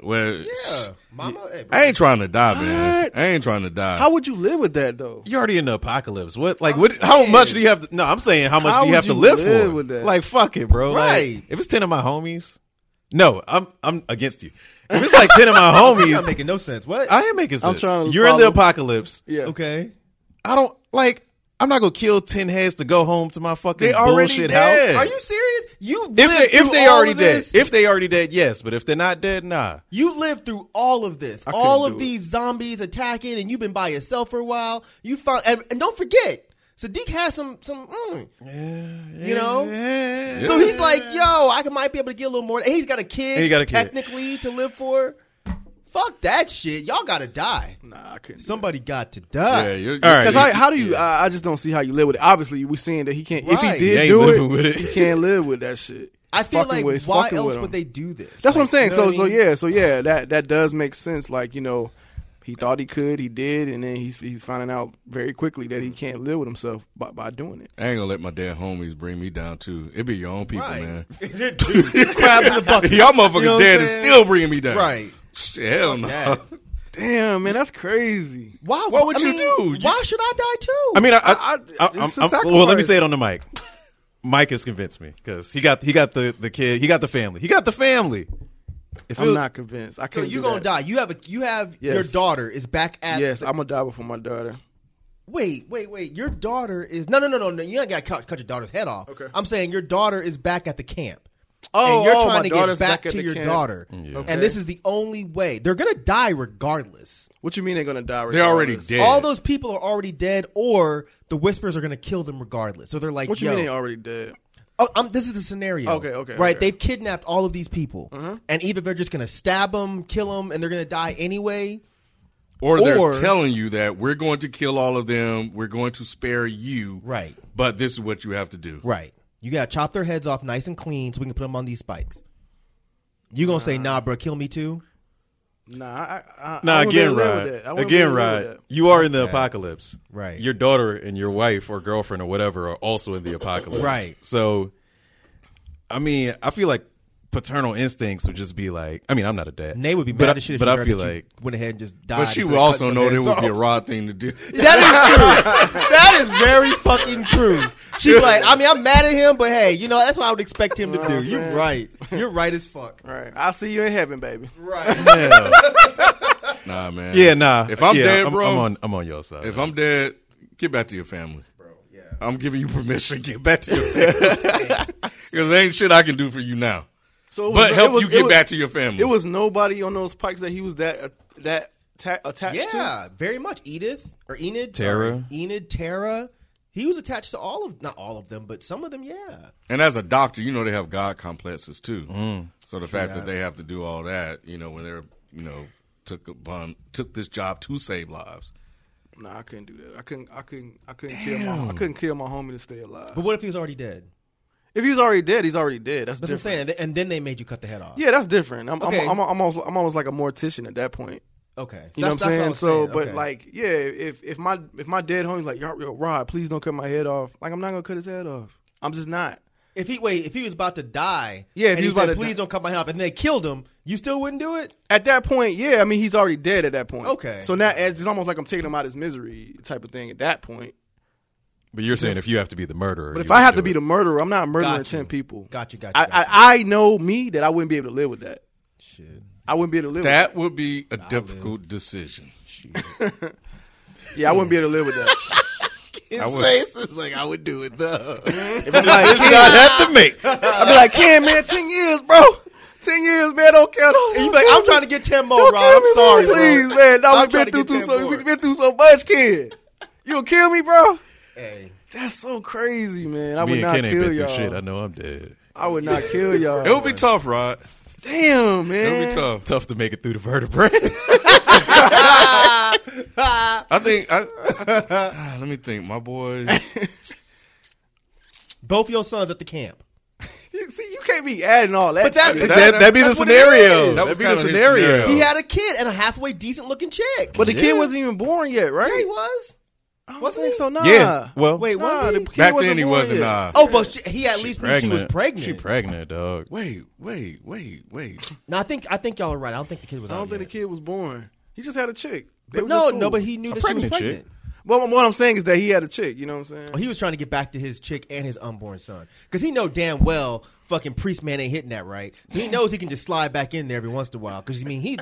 Speaker 2: Well,
Speaker 7: Yeah, mama. Hey, bro.
Speaker 2: I ain't trying to die, man. I ain't trying to die.
Speaker 8: How would you live with that though?
Speaker 9: You're already in the apocalypse. What? Like, what? How much do you have? to No, I'm saying how much
Speaker 8: How
Speaker 9: do you
Speaker 8: would
Speaker 9: have
Speaker 8: you
Speaker 9: to live,
Speaker 8: live
Speaker 9: for?
Speaker 8: with that?
Speaker 9: Like, fuck it, bro. Like,
Speaker 7: Right.
Speaker 9: if it's ten of my homies, no, I'm I'm against you. If it's like ten of my homies,
Speaker 7: Not making no sense. What?
Speaker 9: I am making sense.
Speaker 8: trying to
Speaker 9: You're in the
Speaker 8: follow-
Speaker 9: apocalypse.
Speaker 8: Yeah.
Speaker 7: okay.
Speaker 9: I don't like. I'm not gonna kill ten heads to go home to my fucking
Speaker 2: They already
Speaker 9: bullshit
Speaker 2: dead.
Speaker 9: house.
Speaker 7: Are you serious? You lived
Speaker 9: If they,
Speaker 7: through
Speaker 9: if they
Speaker 7: all
Speaker 9: already
Speaker 7: of
Speaker 9: dead,
Speaker 7: this?
Speaker 9: if they already dead, yes. But if they're not dead, nah.
Speaker 7: You lived through all of this,
Speaker 8: couldn't
Speaker 7: all of
Speaker 8: do it.
Speaker 7: these zombies attacking, and you've been by yourself for a while. You found, and, and don't forget, Sadiq has some, some, mm, you know. So he's like, "Yo, I can- might be able to get a little more." And he's got a kid,
Speaker 9: And he got a kid.
Speaker 7: technically to live for. Fuck that shit. Y'all gotta die.
Speaker 8: Nah, I couldn't.
Speaker 7: Somebody got to die.
Speaker 2: yeah, you're,
Speaker 9: All right.
Speaker 8: Because
Speaker 9: Yeah.
Speaker 8: I, how do you? I, I just don't see how you live with it. Obviously, we seeing that he can't. If
Speaker 7: Right.
Speaker 8: he
Speaker 7: He
Speaker 8: did
Speaker 9: ain't
Speaker 8: do
Speaker 9: living
Speaker 8: it,
Speaker 9: with it.
Speaker 8: he can't live with that shit.
Speaker 7: I
Speaker 8: It's
Speaker 7: feel
Speaker 8: fucking
Speaker 7: like
Speaker 8: with- it's
Speaker 7: why
Speaker 8: fucking
Speaker 7: else
Speaker 8: with him.
Speaker 7: would they do this?
Speaker 8: That's what I'm
Speaker 7: Like,
Speaker 8: saying.
Speaker 7: you know
Speaker 8: so
Speaker 7: what I
Speaker 8: so
Speaker 7: mean?
Speaker 8: yeah, so yeah, that that does make sense. Like you know, he thought he could, he did, and then he's he's finding out very quickly that he can't live with himself by, by doing it.
Speaker 2: I ain't gonna let my damn homies bring me down too. It be your own people,
Speaker 7: Right.
Speaker 2: man.
Speaker 7: Crabs in the bucket.
Speaker 2: Y'all motherfuckers
Speaker 7: You know what
Speaker 2: dead
Speaker 7: I'm
Speaker 2: and
Speaker 7: saying?
Speaker 2: still bringing me down.
Speaker 7: Right.
Speaker 2: Shit, Hell no.
Speaker 7: that.
Speaker 8: Damn, man, that's crazy.
Speaker 7: Why?
Speaker 2: What would
Speaker 7: I
Speaker 2: you
Speaker 7: mean,
Speaker 2: do? You-
Speaker 7: Why should I die too?
Speaker 9: I mean, I, I,
Speaker 8: I-
Speaker 9: I,
Speaker 8: it's a
Speaker 9: am well, let me
Speaker 8: sacrifice.
Speaker 9: say it on the mic. Mike has convinced me because he got he got the the kid, he got the family, he got the family.
Speaker 8: If
Speaker 7: I'm
Speaker 8: I'm
Speaker 7: not
Speaker 8: not convinced, I
Speaker 7: So
Speaker 8: can't.
Speaker 7: you
Speaker 8: do
Speaker 7: gonna
Speaker 8: that.
Speaker 7: die. You have a you have your
Speaker 8: Yes.
Speaker 7: daughter is back at
Speaker 8: Yes, I'm gonna die before my daughter.
Speaker 7: Wait, wait, wait. Your daughter is no, no, no, no. no you ain't got to cut, cut your daughter's head off.
Speaker 8: Okay.
Speaker 7: I'm saying your daughter is back at the camp.
Speaker 8: Oh,
Speaker 7: and you're
Speaker 8: oh,
Speaker 7: trying
Speaker 8: my
Speaker 7: to get
Speaker 8: daughter's
Speaker 7: back,
Speaker 8: back at
Speaker 7: to
Speaker 8: the
Speaker 7: your
Speaker 8: camp. Mm-hmm.
Speaker 7: daughter,
Speaker 8: Okay.
Speaker 7: and this is the only way they're gonna die regardless.
Speaker 8: What you mean they're gonna die?
Speaker 2: They're already
Speaker 8: regardless?
Speaker 2: dead.
Speaker 7: All those people are already dead, or the whispers are gonna kill them regardless. So they're like,
Speaker 8: What you
Speaker 7: Yo,
Speaker 8: mean they already dead?
Speaker 7: Oh, um, this is the scenario.
Speaker 8: Okay, okay,
Speaker 7: Right,
Speaker 8: okay. Mm-hmm.
Speaker 7: they've kidnapped all of these people, and either they're just gonna stab them, kill them, and they're gonna die anyway.
Speaker 2: Or they're
Speaker 7: Or-
Speaker 2: telling you that we're going to kill all of them. We're going to spare you.
Speaker 7: Right.
Speaker 2: But this is what you have to do.
Speaker 7: Right. You gotta chop their heads off nice and clean so we can put them on these spikes. You gonna say, nah, bro, kill me too?
Speaker 8: Nah, I, I, I-
Speaker 9: Nah,
Speaker 8: I wouldn't be
Speaker 9: again,
Speaker 8: able to live with
Speaker 9: Rod.
Speaker 8: that. I wouldn't be
Speaker 9: Again,
Speaker 8: able to live with
Speaker 9: Rod. You are in the apocalypse.
Speaker 7: Right.
Speaker 9: Your daughter and your wife or girlfriend or whatever are also in the apocalypse.
Speaker 7: Right.
Speaker 9: So, I mean, I feel like paternal instincts would just be like, I mean, I'm not a dad.
Speaker 7: And they would be
Speaker 9: but
Speaker 7: mad
Speaker 9: I,
Speaker 7: as shit if
Speaker 9: But
Speaker 7: you
Speaker 9: I
Speaker 7: heard
Speaker 9: feel
Speaker 7: that you
Speaker 9: like,
Speaker 7: went ahead and just died.
Speaker 2: But she
Speaker 7: instead
Speaker 2: would
Speaker 7: of
Speaker 2: also
Speaker 7: cutting
Speaker 2: know that it
Speaker 7: their
Speaker 2: would be a
Speaker 7: heads off.
Speaker 2: raw thing to do.
Speaker 7: That is true. that is very fucking true. She'd be like, I mean, I'm mad at him, but hey, you know, that's what I would expect him to do. You're right. You're right as fuck.
Speaker 8: that. Right. I'll see you in heaven, baby.
Speaker 7: Right.
Speaker 2: Nah, man.
Speaker 9: yeah, nah.
Speaker 2: If I'm
Speaker 9: Yeah,
Speaker 2: dead,
Speaker 9: I'm,
Speaker 2: bro,
Speaker 9: I'm on, I'm on your side.
Speaker 2: if I'm dead, get back to your family, bro. Yeah. I'm giving you permission. Get back to your family because there ain't shit I can do for you now.
Speaker 8: So, it
Speaker 2: But help you
Speaker 8: it
Speaker 2: get back to your family.
Speaker 8: It was nobody on those pikes that he was that uh, that ta- attached to.
Speaker 7: yeah, very much. Edith or Enid.
Speaker 9: Tara.
Speaker 7: sorry. Enid, Tara. He was attached to all of, not all of them, but some of them, yeah.
Speaker 2: And as a doctor, you know they have God complexes too. So the fact that they have to do all that, you know, when they're you know took upon took this job to save lives.
Speaker 8: Nah, I couldn't do that. I couldn't. I couldn't. I couldn't kill my. I couldn't kill my homie to stay alive.
Speaker 7: But what if he was already dead?
Speaker 8: if he's already dead, he's already dead. That's,
Speaker 7: That's
Speaker 8: different.
Speaker 7: what I'm saying. And then they made you cut the head off.
Speaker 8: Yeah, that's different. I'm,
Speaker 7: Okay.
Speaker 8: I'm, I'm, I'm, almost, I'm almost like a mortician at that point.
Speaker 7: Okay.
Speaker 8: You
Speaker 7: That's-
Speaker 8: know what I'm saying?
Speaker 7: that's I
Speaker 8: so,
Speaker 7: was
Speaker 8: but
Speaker 7: saying. Okay.
Speaker 8: like, yeah, if if my if my dead homie's like, yo, yo, Rod, please don't cut my head off. Like, I'm not gonna cut his head off. I'm just not.
Speaker 7: if he wait, if he was about to die,
Speaker 8: Yeah, if
Speaker 7: and
Speaker 8: he
Speaker 7: he
Speaker 8: was
Speaker 7: said,
Speaker 8: about to
Speaker 7: "Please
Speaker 8: die-
Speaker 7: don't cut my head off," and they killed him, you still wouldn't do it.
Speaker 8: At that point, yeah, I mean, he's already dead at that point.
Speaker 7: Okay.
Speaker 8: So now it's almost like I'm taking him out of his misery type of thing at that point.
Speaker 9: but you're saying if you have to be the murderer.
Speaker 8: But if
Speaker 9: you
Speaker 8: I
Speaker 9: would
Speaker 8: have
Speaker 9: do
Speaker 8: to be
Speaker 9: it.
Speaker 8: the murderer, I'm not murdering
Speaker 7: Got you.
Speaker 8: ten people.
Speaker 7: Got you, got you,
Speaker 8: I,
Speaker 7: got
Speaker 8: I I know me that I wouldn't be able to live with that.
Speaker 7: Shit.
Speaker 8: I wouldn't be able to live
Speaker 2: That would be a difficult decision.
Speaker 8: with that. Yeah, I wouldn't be able to live with that.
Speaker 2: His
Speaker 10: face is like I would do it though.
Speaker 8: If I'm like,
Speaker 9: I'd have to make.
Speaker 8: I'd be like, Ken, man, ten years, bro. Ten years, man, don't care. Don't,
Speaker 7: And you
Speaker 8: don't
Speaker 7: be like,
Speaker 8: kill
Speaker 7: "I'm
Speaker 8: me.
Speaker 7: trying to get ten more,
Speaker 8: Don't
Speaker 7: Rod.
Speaker 8: kill
Speaker 7: I'm
Speaker 8: me,
Speaker 7: sorry, bro.
Speaker 8: please, man. No,
Speaker 7: I'm
Speaker 8: we've
Speaker 7: trying
Speaker 8: been
Speaker 7: to
Speaker 8: through
Speaker 7: get
Speaker 8: too
Speaker 7: ten
Speaker 8: so
Speaker 7: more.
Speaker 8: we've been through so much, Ken. You'll kill me, bro.
Speaker 7: Hey,
Speaker 8: That's so crazy, man. I
Speaker 9: Me
Speaker 8: would
Speaker 9: and
Speaker 8: not
Speaker 9: Ken ain't
Speaker 8: kill
Speaker 9: been through shit. I
Speaker 8: y'all.
Speaker 9: know I'm dead.
Speaker 8: I would not kill y'all.
Speaker 2: It would be tough, Rod.
Speaker 8: Damn,
Speaker 2: It would
Speaker 8: man.
Speaker 2: be tough.
Speaker 9: Tough to make it through the vertebrae.
Speaker 2: I think. I, Ah, let me think. My boy.
Speaker 7: both your sons at the camp.
Speaker 8: You- See, you can't be adding all that.
Speaker 7: But that-
Speaker 8: shit.
Speaker 7: that-
Speaker 9: that, that'd be the
Speaker 7: That's what it
Speaker 9: scenario.
Speaker 7: is.
Speaker 2: That
Speaker 9: That'd
Speaker 2: was
Speaker 9: be the
Speaker 2: kinda his
Speaker 9: scenario.
Speaker 2: scenario.
Speaker 7: He had a kid and a halfway decent looking chick.
Speaker 8: but the kid wasn't even born yet, right?
Speaker 7: yeah, he was.
Speaker 8: Wasn't he? So nah.
Speaker 9: Yeah. Well,
Speaker 7: Wait, was
Speaker 8: Nah,
Speaker 7: he?
Speaker 8: the kid
Speaker 2: Back
Speaker 8: wasn't
Speaker 2: then he
Speaker 8: born
Speaker 2: wasn't.
Speaker 8: yet.
Speaker 2: Nah.
Speaker 7: Oh, but she, he at least knew she was pregnant.
Speaker 9: She pregnant, dog.
Speaker 2: Wait, wait, wait, wait.
Speaker 7: No, I think I think y'all are right. I don't think the kid was.
Speaker 8: I don't think the kid was born. He just had a chick. They
Speaker 7: But
Speaker 8: were
Speaker 7: no,
Speaker 8: just cool.
Speaker 7: no, but he knew that she was
Speaker 9: pregnant chick.
Speaker 7: pregnant.
Speaker 8: Well, what I'm saying is that he had a chick. You know what I'm saying?
Speaker 7: Well, Oh, he was trying to get back to his chick and his unborn son because he know damn well fucking priest man ain't hitting that right. So he knows he can just slide back in there every once in a while because I mean he,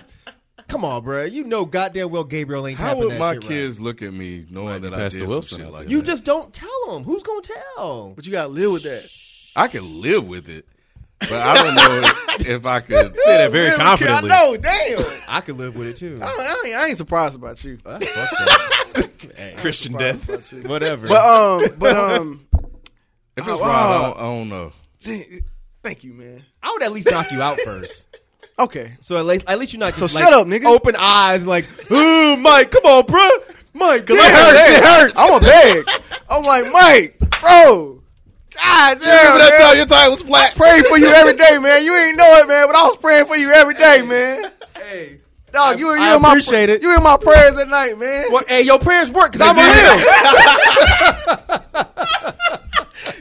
Speaker 7: come on, bruh, you know goddamn well Gabriel ain't.
Speaker 2: How
Speaker 7: tapping
Speaker 2: would
Speaker 7: that
Speaker 2: my
Speaker 7: shit right.
Speaker 2: kids look at me knowing that I
Speaker 9: Pastor
Speaker 2: did some
Speaker 9: Wilson
Speaker 2: shit
Speaker 9: out
Speaker 2: like
Speaker 9: there.
Speaker 7: You
Speaker 2: that?
Speaker 7: just don't tell them. Who's gonna tell?
Speaker 8: but you gotta live with that.
Speaker 2: I could live with it, but I don't know if I could say
Speaker 9: that very confidently.
Speaker 8: I know. Damn. I,
Speaker 7: I could live with it too.
Speaker 8: I ain't, I ain't surprised about you. But
Speaker 9: Christian death. Whatever.
Speaker 8: um, but um,
Speaker 2: If it's
Speaker 8: Oh,
Speaker 2: Rod, I
Speaker 8: wow.
Speaker 2: don't, I don't know.
Speaker 8: th- thank you, man.
Speaker 7: I would at least knock you out first.
Speaker 8: Okay.
Speaker 7: So at least, at least you're not just
Speaker 8: So
Speaker 7: like,
Speaker 8: shut up, nigga.
Speaker 7: Open eyes and like, ooh, Mike, come on, bruh. Mike, it
Speaker 8: It hurts. I'm a beg. I'm like Mike, bro. God damn, man.
Speaker 9: your tire was flat.
Speaker 8: Pray for you every day, man. You ain't know it, man, but I was praying for you every day, man.
Speaker 7: Hey,
Speaker 8: Dog, you, you
Speaker 7: I
Speaker 8: in my
Speaker 7: appreciate it.
Speaker 8: You in my prayers at night, man.
Speaker 7: well, hey, your prayers work because I'm
Speaker 8: Nigga.
Speaker 7: real.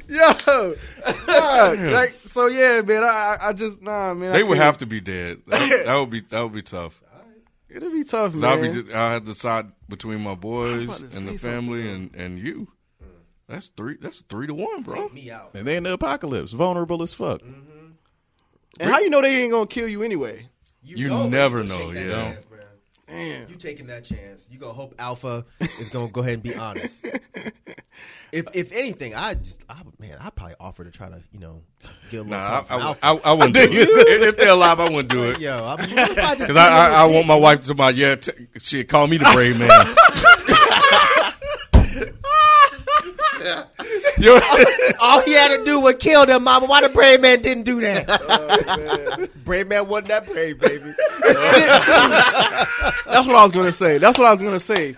Speaker 8: Yo, Dog, like so, yeah, man. I, I, I just nah, man.
Speaker 2: They would have to be dead. That, that would be that would be tough.
Speaker 8: It'd be tough,
Speaker 2: 'Cause
Speaker 8: man.
Speaker 2: I'll be just, I'll have to decide between my boys
Speaker 8: about to
Speaker 2: and the
Speaker 8: say something,
Speaker 2: family and, and you. That's three. That's three to one, bro.
Speaker 9: And they in the apocalypse, vulnerable as fuck.
Speaker 8: and how you know they ain't gonna kill you anyway?
Speaker 2: You
Speaker 7: know
Speaker 2: never
Speaker 7: you
Speaker 2: know,
Speaker 7: take that
Speaker 2: yeah.
Speaker 7: chance, man. You taking that chance? You gonna hope Alpha is gonna go ahead and be honest. If if anything, I just I would- man, I probably offer to try to you know get a little
Speaker 2: Nah,
Speaker 7: something
Speaker 2: I, I,
Speaker 7: from Alpha.
Speaker 2: I, I wouldn't do it. If if they're alive, I wouldn't do it.
Speaker 7: Yo, I mean, what if I just
Speaker 2: Because I, I, I want my wife to my yeah. T- shit, call me the brave man. You're,
Speaker 7: all he had to do was kill them, Mama. Why the brave man didn't do that? brave man wasn't that brave, baby.
Speaker 8: That's what I was gonna say. That's what I was gonna say.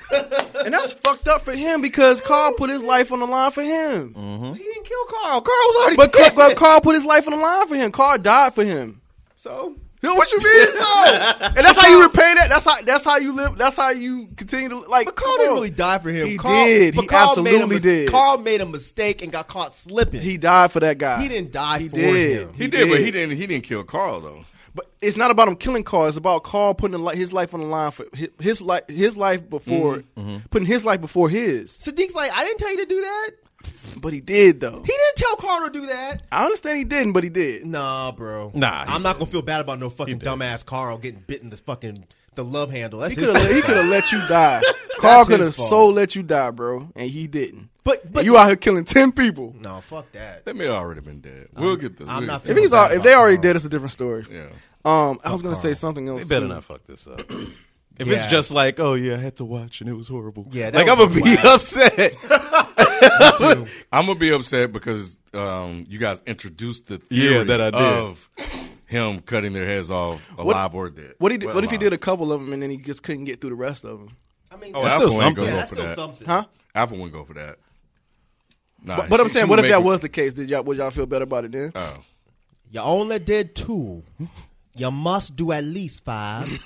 Speaker 8: And that's fucked up for him because Carl put his life on the line for him.
Speaker 7: he didn't kill Carl. Carl was already
Speaker 8: But, Ca-
Speaker 7: dead.
Speaker 8: but Carl put his life on the line for him. Carl died for him.
Speaker 7: so
Speaker 8: You know what you mean? No. and that's how you repay that. That's how. That's how you live. That's how you continue to like.
Speaker 7: But Carl
Speaker 8: come
Speaker 7: didn't
Speaker 8: on.
Speaker 7: really die for him.
Speaker 8: He
Speaker 7: Carl,
Speaker 8: did.
Speaker 7: But
Speaker 8: He
Speaker 7: Carl made a
Speaker 8: absolutely
Speaker 7: mis-
Speaker 8: did.
Speaker 7: Carl made a mistake and got caught slipping.
Speaker 8: He died for that guy.
Speaker 7: He didn't die
Speaker 8: He
Speaker 7: for
Speaker 8: did.
Speaker 7: him.
Speaker 2: he,
Speaker 8: He
Speaker 2: did, but he
Speaker 8: did.
Speaker 2: didn't. He didn't kill Carl though.
Speaker 8: But it's not about him killing Carl. It's about Carl putting li- his life on the line for his, his life. His life before putting his life before his.
Speaker 7: Sadiq's like, I didn't tell you to do that.
Speaker 8: But he did though.
Speaker 7: He didn't tell Carl to do that.
Speaker 8: I understand he didn't, but he did.
Speaker 7: Nah, bro.
Speaker 9: Nah, he
Speaker 7: I'm not gonna feel bad about no fucking dumbass Carl getting bitten the fucking the love handle. That's
Speaker 8: He
Speaker 7: his
Speaker 8: could have.
Speaker 7: fault.
Speaker 8: He could have let you die. Carl
Speaker 7: his
Speaker 8: could have
Speaker 7: fault.
Speaker 8: so let you die, bro, and he didn't.
Speaker 7: But-
Speaker 8: And
Speaker 7: but-
Speaker 8: you out here killing ten people.
Speaker 7: No, fuck that.
Speaker 2: They may have already been dead. We'll get this.
Speaker 7: I'm
Speaker 2: we'll
Speaker 7: not
Speaker 2: get
Speaker 8: If
Speaker 7: feeling
Speaker 8: he's
Speaker 7: bad
Speaker 8: all, if
Speaker 7: about
Speaker 8: they already
Speaker 7: Carl.
Speaker 8: dead, it's a different story.
Speaker 2: this. Yeah.
Speaker 8: Um, I was gonna say something else.
Speaker 9: They better
Speaker 8: too.
Speaker 9: not fuck this up. If
Speaker 7: Yeah.
Speaker 9: it's just like, oh yeah, I had to watch and it was horrible.
Speaker 7: Yeah, that
Speaker 9: like I'm
Speaker 7: was
Speaker 9: gonna be upset.
Speaker 2: I'm gonna be upset because um, you guys introduced the theory
Speaker 9: Yeah, that I did.
Speaker 2: of him cutting their heads off alive or dead.
Speaker 8: What he did,
Speaker 2: Well, uh,
Speaker 8: what if he
Speaker 2: alive.
Speaker 8: did a couple of them and then he just couldn't get through the rest of them?
Speaker 7: I mean,
Speaker 2: Oh,
Speaker 7: that's,
Speaker 9: that's
Speaker 2: Alpha
Speaker 9: still
Speaker 2: ain't gonna
Speaker 9: something.
Speaker 2: go
Speaker 7: that's
Speaker 2: for
Speaker 7: still
Speaker 2: that.
Speaker 7: something.
Speaker 8: Huh?
Speaker 2: Alpha wouldn't go for that. Nah,
Speaker 8: But, but I'm
Speaker 2: she-
Speaker 8: saying,
Speaker 2: she
Speaker 8: what if
Speaker 2: would
Speaker 8: that
Speaker 2: make
Speaker 8: was
Speaker 2: it-
Speaker 8: the case? Did y'all would y'all feel better about it then?
Speaker 2: Oh.
Speaker 7: You only did two. You must do at least five,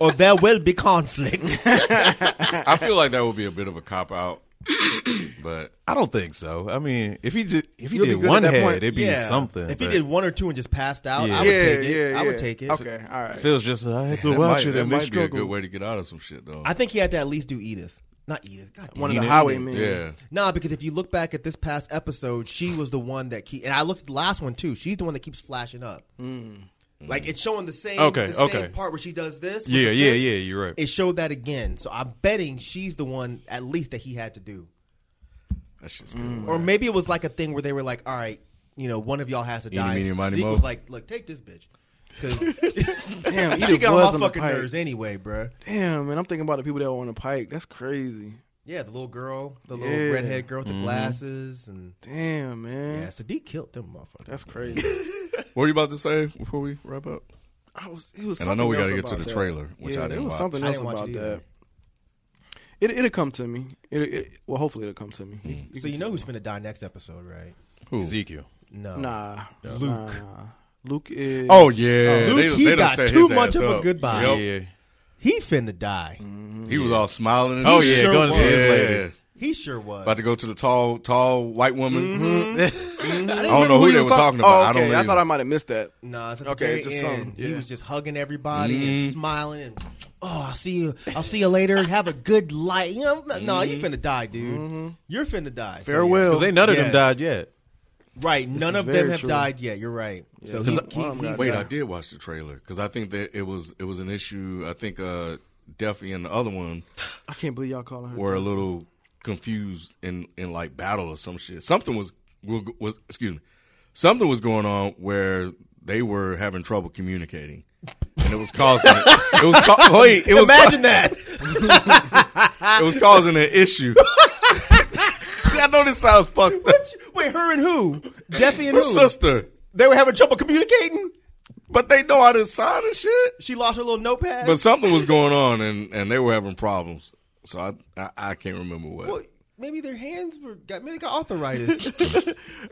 Speaker 7: or there will be conflict.
Speaker 2: I feel like that would be a bit of a cop out, but
Speaker 9: I don't think so. I mean, if he did, if he
Speaker 8: You'll be
Speaker 9: did
Speaker 8: good at
Speaker 9: one
Speaker 8: that
Speaker 9: head,
Speaker 8: point.
Speaker 9: it'd be something.
Speaker 7: If he
Speaker 9: but
Speaker 7: did one or two and just passed out,
Speaker 9: Yeah.
Speaker 7: I would take it. I would take it.
Speaker 8: Okay, all right.
Speaker 9: if it was just I had to
Speaker 2: that might,
Speaker 9: watch it
Speaker 2: that
Speaker 9: and they
Speaker 2: might be a
Speaker 9: struggled.
Speaker 2: good way to get out of some shit though.
Speaker 7: I think he had to at least do Edith, not Edith. God damn
Speaker 8: One of
Speaker 7: it.
Speaker 8: the highwaymen.
Speaker 2: yeah,
Speaker 7: Nah, because if you look back at this past episode, she was the one that keep, and I looked at the last one too. She's the one that keeps flashing up. Like it's showing the same,
Speaker 9: Okay,
Speaker 7: the same
Speaker 9: okay.
Speaker 7: part where she does this. with
Speaker 9: Yeah,
Speaker 7: the
Speaker 9: yeah,
Speaker 7: fist.
Speaker 9: yeah, you're right.
Speaker 7: It showed that again, so I'm betting she's the one at least that he had to do,
Speaker 2: that shit's mm.
Speaker 7: or maybe it was like a thing where they were like, "All right, you know, one of y'all has to die."
Speaker 2: meeny, miny,
Speaker 7: Zeke
Speaker 2: mo.
Speaker 7: was like, "Look, take this bitch," because
Speaker 8: Damn,
Speaker 7: she
Speaker 8: Edith
Speaker 7: got
Speaker 8: was
Speaker 7: on
Speaker 8: on
Speaker 7: my
Speaker 8: the
Speaker 7: fucking
Speaker 8: pike.
Speaker 7: nerves anyway, bruh.
Speaker 8: Damn, man, I'm thinking about the people that were on the pike. That's crazy.
Speaker 7: Yeah, the little girl, the
Speaker 8: Yeah.
Speaker 7: little redhead girl with the glasses, and
Speaker 8: Damn, man,
Speaker 7: yeah, Sadiq killed them motherfuckers.
Speaker 8: that's crazy.
Speaker 2: What are you about to say before we wrap up?
Speaker 8: I was, it was
Speaker 2: And I know we
Speaker 8: got
Speaker 2: gotta get to the trailer, which I didn't
Speaker 8: it was
Speaker 2: watch.
Speaker 8: something
Speaker 7: I
Speaker 8: else
Speaker 7: didn't watch
Speaker 8: about
Speaker 7: it
Speaker 8: that.
Speaker 7: either.
Speaker 8: It, it'll come to me. It, it, well, hopefully it'll come to
Speaker 2: Hmm.
Speaker 8: me.
Speaker 7: So you know who's finna die next episode, right?
Speaker 2: Who?
Speaker 9: Ezekiel.
Speaker 7: No.
Speaker 8: Nah,
Speaker 7: Luke.
Speaker 8: Nah. Luke is.
Speaker 2: Oh yeah,
Speaker 7: Luke,
Speaker 2: they,
Speaker 7: he
Speaker 2: they done
Speaker 7: got
Speaker 2: set
Speaker 7: too
Speaker 2: his
Speaker 7: much
Speaker 2: ass
Speaker 7: of a
Speaker 2: up.
Speaker 7: goodbye.
Speaker 2: Yep.
Speaker 9: Yeah.
Speaker 7: He finna die.
Speaker 2: He was all smiling. And
Speaker 9: Oh
Speaker 2: shit.
Speaker 9: yeah,
Speaker 7: sure
Speaker 9: going to see his
Speaker 2: Yeah.
Speaker 9: lady.
Speaker 7: He sure was.
Speaker 2: About to go to the tall, tall white woman. I
Speaker 8: Mm-hmm. I
Speaker 2: don't know who they were talking
Speaker 8: Oh,
Speaker 2: about.
Speaker 8: okay.
Speaker 2: I don't.
Speaker 8: I
Speaker 2: Really
Speaker 8: thought I might have missed that.
Speaker 7: Nah, it's at the
Speaker 8: Okay,
Speaker 7: very
Speaker 8: just
Speaker 7: end.
Speaker 8: some-
Speaker 7: He
Speaker 8: yeah.
Speaker 7: was just hugging everybody and smiling and oh, I'll see you. I'll see you later. Have a good life. You know, no, you finna die, dude. You're finna die. So, yeah.
Speaker 8: Farewell.
Speaker 9: Because ain't none of
Speaker 7: Yes.
Speaker 9: them died yet.
Speaker 7: Right. None
Speaker 8: is
Speaker 7: of them
Speaker 8: very
Speaker 7: have
Speaker 8: true.
Speaker 7: died yet. You're right. so he,
Speaker 8: Because
Speaker 7: he,
Speaker 8: one of them
Speaker 7: he's
Speaker 8: got-
Speaker 2: Wait,
Speaker 8: Yeah.
Speaker 2: I did watch the trailer because I think that it was it was an issue. I think uh, Duffy and the other one
Speaker 8: I can't believe y'all calling her.
Speaker 2: were a little confused in in like battle or some shit. Something was was excuse me, something was going on where they were having trouble communicating, and it was causing it, was ca- wait it was
Speaker 7: imagine that.
Speaker 2: it was causing an issue. I know this sounds fucked up.
Speaker 7: Wait, her and who? Deafy and
Speaker 2: Her
Speaker 7: who?
Speaker 2: sister,
Speaker 7: They were having trouble communicating.
Speaker 2: but they know how to sign and shit.
Speaker 7: She lost her little notepad.
Speaker 2: But something was going on, and, and they were having problems. So I I, I can't remember what.
Speaker 7: Well, maybe their hands were got maybe they got arthritis.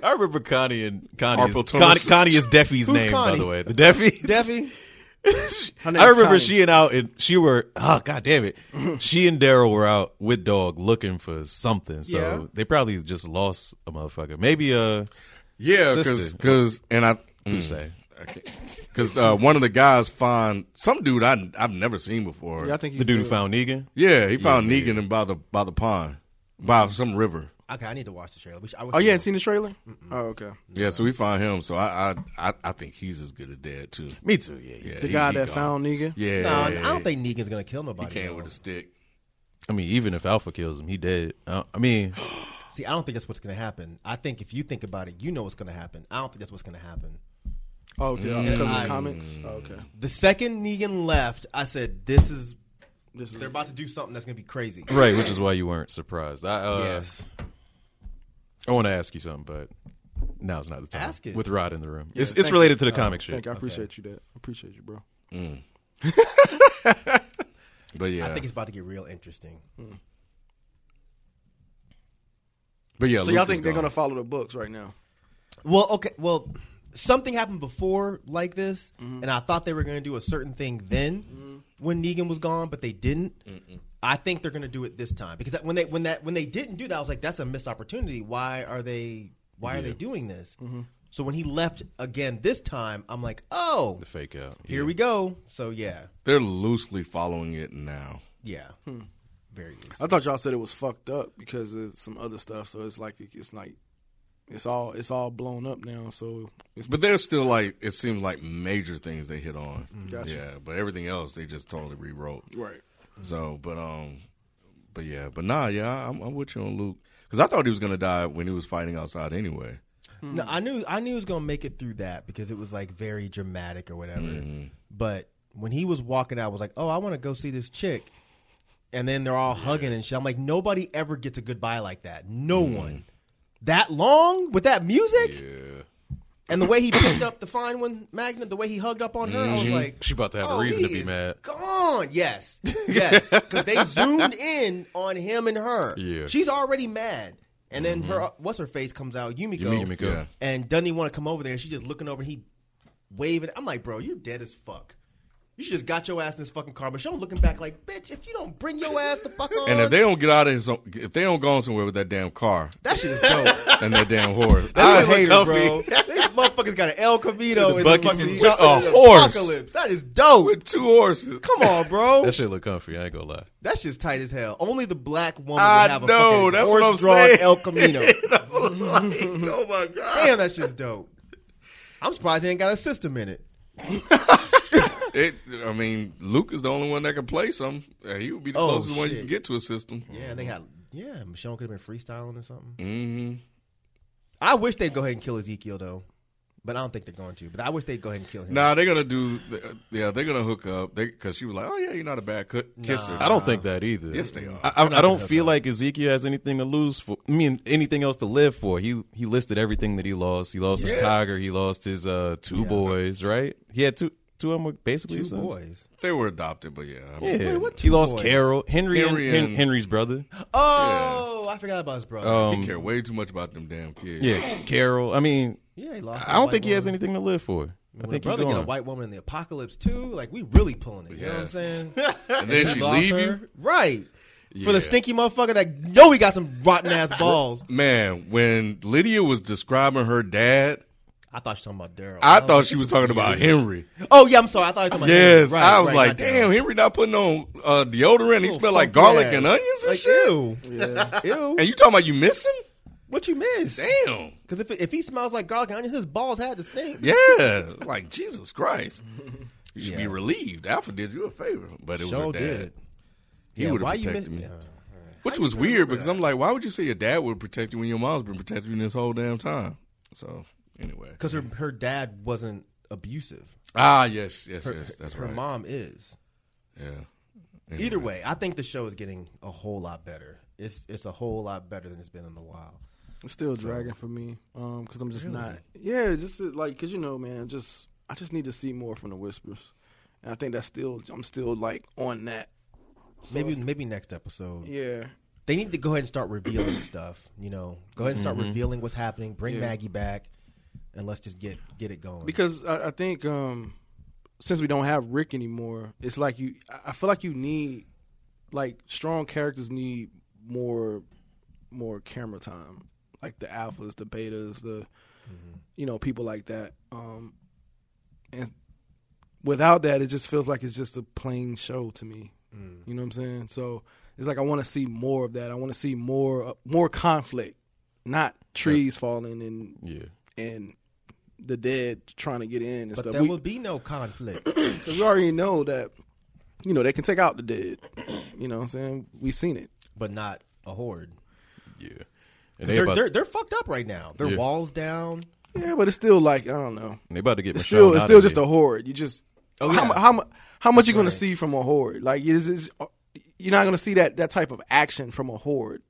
Speaker 9: I remember Connie and Connie. Is,
Speaker 2: Arpal
Speaker 9: Connie,
Speaker 2: tunnels.
Speaker 9: Connie is Deffy's
Speaker 7: Who's
Speaker 9: name,
Speaker 7: Connie?
Speaker 9: by the way. The Deffy.
Speaker 7: Deafy.
Speaker 8: Her name
Speaker 9: I
Speaker 8: is
Speaker 9: remember
Speaker 8: Connie.
Speaker 9: she and out and she were oh god damn it. she and Daryl were out with dog looking for something. So
Speaker 8: Yeah.
Speaker 9: they probably just lost a motherfucker. Maybe uh
Speaker 2: yeah, because
Speaker 9: sister.
Speaker 2: because and I
Speaker 9: say.
Speaker 2: because uh, one of the guys found some dude I I've never seen before.
Speaker 8: Yeah, I think
Speaker 9: the dude who found Negan.
Speaker 8: Mm-hmm.
Speaker 2: Yeah, he found Negan and by the by the pond by some river.
Speaker 7: Okay, I need to watch the trailer. We should, I wish
Speaker 8: Oh,
Speaker 7: we
Speaker 8: you
Speaker 7: were-
Speaker 8: hadn't seen the trailer? Oh, okay.
Speaker 2: Yeah, so we find him. So I, I, I, I think he's as good as dead too.
Speaker 9: Me too. Yeah. yeah.
Speaker 2: Yeah,
Speaker 8: The
Speaker 2: he-
Speaker 8: guy
Speaker 2: he
Speaker 8: that
Speaker 2: gone.
Speaker 8: found Negan?
Speaker 2: Yeah,
Speaker 7: No, Uh, I don't think Negan's gonna kill
Speaker 2: he
Speaker 7: nobody.
Speaker 2: came
Speaker 7: though.
Speaker 2: with a stick.
Speaker 9: I mean, even if Alpha kills him, he dead. I, I mean,
Speaker 7: See, I don't think that's what's gonna happen. I think if you think about it, you know what's gonna happen. I don't think that's what's gonna happen.
Speaker 8: Oh, okay.
Speaker 2: Mm.
Speaker 8: Because of the comics? Oh, okay.
Speaker 7: The second Negan left, I said, "This is
Speaker 8: This is,
Speaker 7: they're about to do something that's gonna be crazy."
Speaker 9: right, which is why you weren't surprised. I uh,
Speaker 7: Yes.
Speaker 9: I want to ask you something, but now's not the time.
Speaker 7: Ask it.
Speaker 9: with Rod in the room. it's it's related to the comic shit.
Speaker 8: thank you. I appreciate you, that. I appreciate you, bro.
Speaker 2: But yeah,
Speaker 7: I think it's about to get real interesting.
Speaker 2: but yeah.
Speaker 8: So
Speaker 2: Luke
Speaker 8: y'all
Speaker 2: is
Speaker 8: think they're
Speaker 2: gone.
Speaker 8: going to follow the books right now?
Speaker 7: Well, okay. Well, something happened before like this, and I thought they were going to do a certain thing then when Negan was gone, but they didn't. I think they're going to do it this time because when they when that when they didn't do that, I was like, that's a missed opportunity. Why are they Why are they doing this? So when he left again this time, I'm like, oh,
Speaker 9: The fake out.
Speaker 7: here we go. So yeah,
Speaker 2: They're loosely following it now.
Speaker 7: yeah, very. Easy.
Speaker 8: I thought y'all said it was fucked up because of some other stuff. So it's like it's like it's all it's all blown up now. So it's
Speaker 2: But there's still like it seems like major things they hit on.
Speaker 8: Gotcha.
Speaker 2: Yeah, but everything else they just totally rewrote.
Speaker 8: right.
Speaker 2: So, but um, but yeah, but nah, yeah, I'm, I'm with you on Luke because I thought he was gonna die when he was fighting outside anyway.
Speaker 7: No,
Speaker 9: Hmm.
Speaker 7: I knew I knew he was gonna make it through that because it was like very dramatic or whatever.
Speaker 9: Hmm.
Speaker 7: But when he was walking out, I was like, "Oh, I want to go see this chick," and then they're all hugging and shit. I'm like, nobody ever gets a goodbye like that. No
Speaker 9: Hmm.
Speaker 7: one that long with that music
Speaker 9: Yeah.
Speaker 7: and the way he picked up the fine one, Magna. The way he hugged up on her, I was like,
Speaker 9: Mm-hmm. She about to have a
Speaker 7: "Oh,
Speaker 9: reason
Speaker 7: he
Speaker 9: to be
Speaker 7: is
Speaker 9: mad.
Speaker 7: Gone. Yes, yes, because they zoomed in on him and her.
Speaker 9: Yeah. Mm-hmm.
Speaker 7: she's already mad. And then her, what's her face comes out, Yumiko,
Speaker 9: You mean Yumiko?
Speaker 2: Yeah.
Speaker 7: and doesn't even want to come over there. She's just looking over. and He waving. I'm like, bro, you're dead as fuck. You should just got your ass in this fucking car. But she looking back like, bitch, if you don't bring your ass the fuck on,
Speaker 2: And if they don't get out of his, if they don't go on somewhere with that damn car
Speaker 7: that shit is dope.
Speaker 2: and that damn horse,
Speaker 7: I
Speaker 2: I
Speaker 7: hate it,
Speaker 2: him,
Speaker 7: bro. These motherfuckers got an El Camino in the
Speaker 9: bucket
Speaker 7: fucking
Speaker 9: seat.
Speaker 7: jump-
Speaker 2: With a
Speaker 7: in the
Speaker 2: horse.
Speaker 7: apocalypse. That is dope.
Speaker 2: With two horses.
Speaker 7: Come on, bro.
Speaker 9: That shit look comfy. I ain't gonna lie.
Speaker 7: That's just tight as hell. Only the black woman
Speaker 2: I
Speaker 7: would have
Speaker 2: know,
Speaker 7: a
Speaker 2: that's
Speaker 7: fucking
Speaker 2: what I'm
Speaker 7: horse-drawn
Speaker 2: saying.
Speaker 7: El Camino.
Speaker 2: oh my god!
Speaker 7: Damn, that's just dope. I'm surprised he ain't got a system in it.
Speaker 2: It, I mean, Luke is the only one that can play some. Uh, He would be the
Speaker 7: Oh,
Speaker 2: closest one you
Speaker 7: shit.
Speaker 2: can get to a system.
Speaker 7: Yeah, they got. Yeah, Michonne could have been freestyling or something.
Speaker 2: hmm
Speaker 7: I wish they'd go ahead and kill Ezekiel though, but I don't think they're going to. But I wish they'd go ahead and kill him.
Speaker 2: Nah, they're gonna do. Yeah, they're gonna hook up. They because she was like, "Oh yeah, you're not a bad cu- kisser."
Speaker 9: I don't think that either.
Speaker 2: Yes, they are.
Speaker 9: I, I, I don't feel like Ezekiel has anything to lose for. I mean, anything else to live for. He he listed everything that he lost. He lost his tiger. He lost his uh, two boys. Right? He had two two of them were basically
Speaker 7: two
Speaker 9: his sons.
Speaker 7: boys.
Speaker 2: They were adopted, but yeah. I mean,
Speaker 9: Yeah.
Speaker 7: what
Speaker 9: he
Speaker 7: two
Speaker 9: lost
Speaker 7: boys?
Speaker 9: Carol, Henry, and-
Speaker 2: Henry
Speaker 9: Hen-
Speaker 2: and-
Speaker 9: Henry's brother.
Speaker 7: Oh, I forgot about his brother.
Speaker 2: he care way too much about them damn kids.
Speaker 9: um, Yeah, Carol. I mean,
Speaker 7: yeah, he lost.
Speaker 9: I don't
Speaker 7: his
Speaker 9: think
Speaker 7: white
Speaker 9: he has
Speaker 7: woman.
Speaker 9: anything to live for. I
Speaker 7: When a
Speaker 9: think he's
Speaker 7: brother get a
Speaker 9: gone.
Speaker 7: white woman in the apocalypse too, like we really pulling it. You
Speaker 2: Yeah.
Speaker 7: know what I'm saying?
Speaker 2: and then she
Speaker 7: Lost
Speaker 2: leave you.
Speaker 7: her. right for the stinky motherfucker that know he got some rotten ass balls.
Speaker 2: Man, when Lydia was describing her dad,
Speaker 7: I thought Oh, she was talking about Daryl.
Speaker 2: I thought she was talking about Henry.
Speaker 7: Oh yeah, I'm sorry. I thought you were talking about.
Speaker 2: Yes,
Speaker 7: him. Right,
Speaker 2: I was
Speaker 7: right,
Speaker 2: like,
Speaker 7: not Daryl.
Speaker 2: damn, Henry not putting on uh, deodorant. He
Speaker 7: Little
Speaker 2: smelled like
Speaker 7: funky
Speaker 2: garlic
Speaker 7: ass.
Speaker 2: and onions and
Speaker 7: Oh, Like,
Speaker 2: shit.
Speaker 7: ew, ew.
Speaker 2: And you talking about you miss him?
Speaker 7: What you miss?
Speaker 2: Damn.
Speaker 7: Because if if he smells like garlic and onion, his balls had to stink.
Speaker 2: Yeah, like Jesus Christ. You should be relieved. Alpha did you a favor, but it was her
Speaker 7: Sure
Speaker 2: dad.
Speaker 7: did.
Speaker 2: He
Speaker 7: Yeah,
Speaker 2: would
Speaker 7: why
Speaker 2: have
Speaker 7: you
Speaker 2: protected
Speaker 7: miss-
Speaker 2: me.
Speaker 7: Yeah.
Speaker 2: Which was weird because I'm like, why would you say your dad would protect you when your mom's been protecting you this whole damn time? So anyway,
Speaker 7: Because her her dad wasn't abusive.
Speaker 2: ah yes, yes,
Speaker 7: Her,
Speaker 2: yes, that's
Speaker 7: her
Speaker 2: right.
Speaker 7: mom is.
Speaker 2: yeah.
Speaker 7: Either way, I think the show is getting a whole lot better. It's it's a whole lot better than it's been in a while.
Speaker 8: It's still dragging for me Um, because I'm just not. Yeah, just uh, like because you know, man, just I just need to see more from the whispers, and I think that's still I'm still like on that.
Speaker 7: Maybe maybe next episode.
Speaker 8: Yeah,
Speaker 7: They need to go ahead and start revealing stuff. You know, go ahead and start revealing what's happening. Bring Maggie back, and let's just get get it going.
Speaker 8: because I, I think um, since we don't have Rick anymore, it's like you. I- I feel like you need like strong characters need more more camera time, like the alphas, the betas, the you know people like that. Um, and without that, it just feels like it's just a plain show to me. You know what I'm saying? So it's like I want to see more of that. I want to see more uh, more conflict. not trees falling and
Speaker 9: Yeah.
Speaker 8: and the dead trying to get in and
Speaker 7: But
Speaker 8: stuff.
Speaker 7: there
Speaker 8: We,
Speaker 7: will be no conflict.
Speaker 8: 'cause we already know that you know they can take out the dead. You know, what I'm saying we've seen it.
Speaker 7: but not a horde.
Speaker 9: Yeah. And they
Speaker 7: They're,
Speaker 9: about,
Speaker 7: they're they're fucked up right now. Their
Speaker 9: Yeah.
Speaker 7: walls down.
Speaker 8: Yeah, but it's still like I don't know.
Speaker 9: they about to get
Speaker 8: It's
Speaker 9: Michelle
Speaker 8: still it's
Speaker 9: out
Speaker 8: still
Speaker 9: of
Speaker 8: just
Speaker 9: here.
Speaker 8: a horde. You just
Speaker 7: Oh,
Speaker 8: how,
Speaker 7: yeah.
Speaker 8: mu- how mu- how much you gonna see from a horde? Like is is uh, you're not gonna see that that type of action from a horde,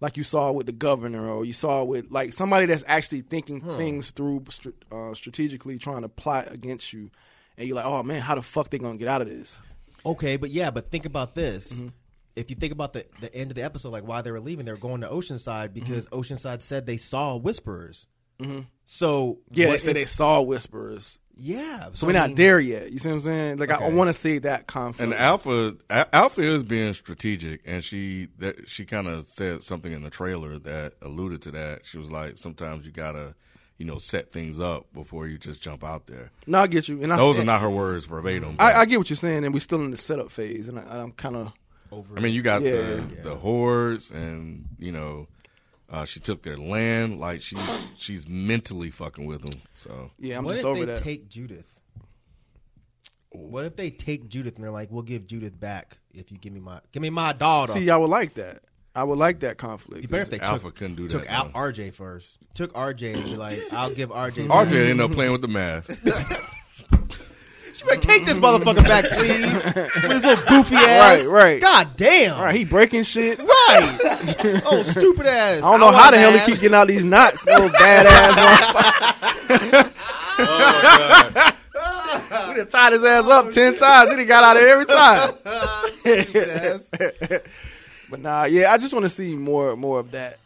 Speaker 8: like you saw with the governor or you saw with like somebody that's actually thinking things through str- uh, strategically, trying to plot against you, and you're like, oh man, how the fuck they gonna get out of this?
Speaker 7: Okay, but yeah, but think about this.
Speaker 8: Mm-hmm.
Speaker 7: If you think about the, the end of the episode, like why they were leaving, they were going to Oceanside because
Speaker 8: Mm-hmm.
Speaker 7: Oceanside said they saw whisperers. So
Speaker 8: Yeah,
Speaker 7: what
Speaker 8: they said
Speaker 7: if-
Speaker 8: they saw whisperers,
Speaker 7: yeah.
Speaker 8: so we're
Speaker 7: I
Speaker 8: not
Speaker 7: mean,
Speaker 8: there yet. You see what I'm saying? Like I, I
Speaker 7: Okay.
Speaker 8: want to see that conflict.
Speaker 2: And Alpha, Al- Alpha is being strategic, and she that she kind of said something in the trailer that alluded to that. She was like, "Sometimes you gotta, you know, set things up before you just jump out there."
Speaker 8: no, I get you. And I,
Speaker 2: Those are not her words verbatim.
Speaker 8: I,
Speaker 2: but-
Speaker 8: I get what you're saying, and we're still in the setup phase, and I, I'm kind of.
Speaker 2: I mean, you got the
Speaker 8: Yeah.
Speaker 2: the hordes, and you know, uh, she took their land. Like she she's mentally fucking with them. So
Speaker 8: Yeah, I'm
Speaker 7: what
Speaker 8: just
Speaker 7: if
Speaker 8: over
Speaker 7: they
Speaker 8: that.
Speaker 7: take Judith? What if they take Judith and they're like, "We'll give Judith back if you give me my give me my daughter."
Speaker 8: See, I would like that. I would like that conflict.
Speaker 7: You better if they
Speaker 2: Alpha
Speaker 7: took,
Speaker 2: couldn't do
Speaker 7: took
Speaker 2: that,
Speaker 7: out
Speaker 2: though.
Speaker 7: RJ first. Took RJ and be like, "I'll give RJ." back."
Speaker 2: RJ ended up playing with the mask.
Speaker 7: She better take this motherfucker back, please. With his little goofy ass.
Speaker 8: Right, right.
Speaker 7: God damn.
Speaker 8: All right, he breaking shit. I
Speaker 7: Right. oh, stupid ass.
Speaker 8: don't know how
Speaker 7: want
Speaker 8: the
Speaker 7: a
Speaker 8: hell
Speaker 7: mask.
Speaker 8: he keep getting out these knots. Little badass. motherfucker. We done tied his ass up ten times. He done got out of every time. but nah, yeah, I just want to see more, more of that.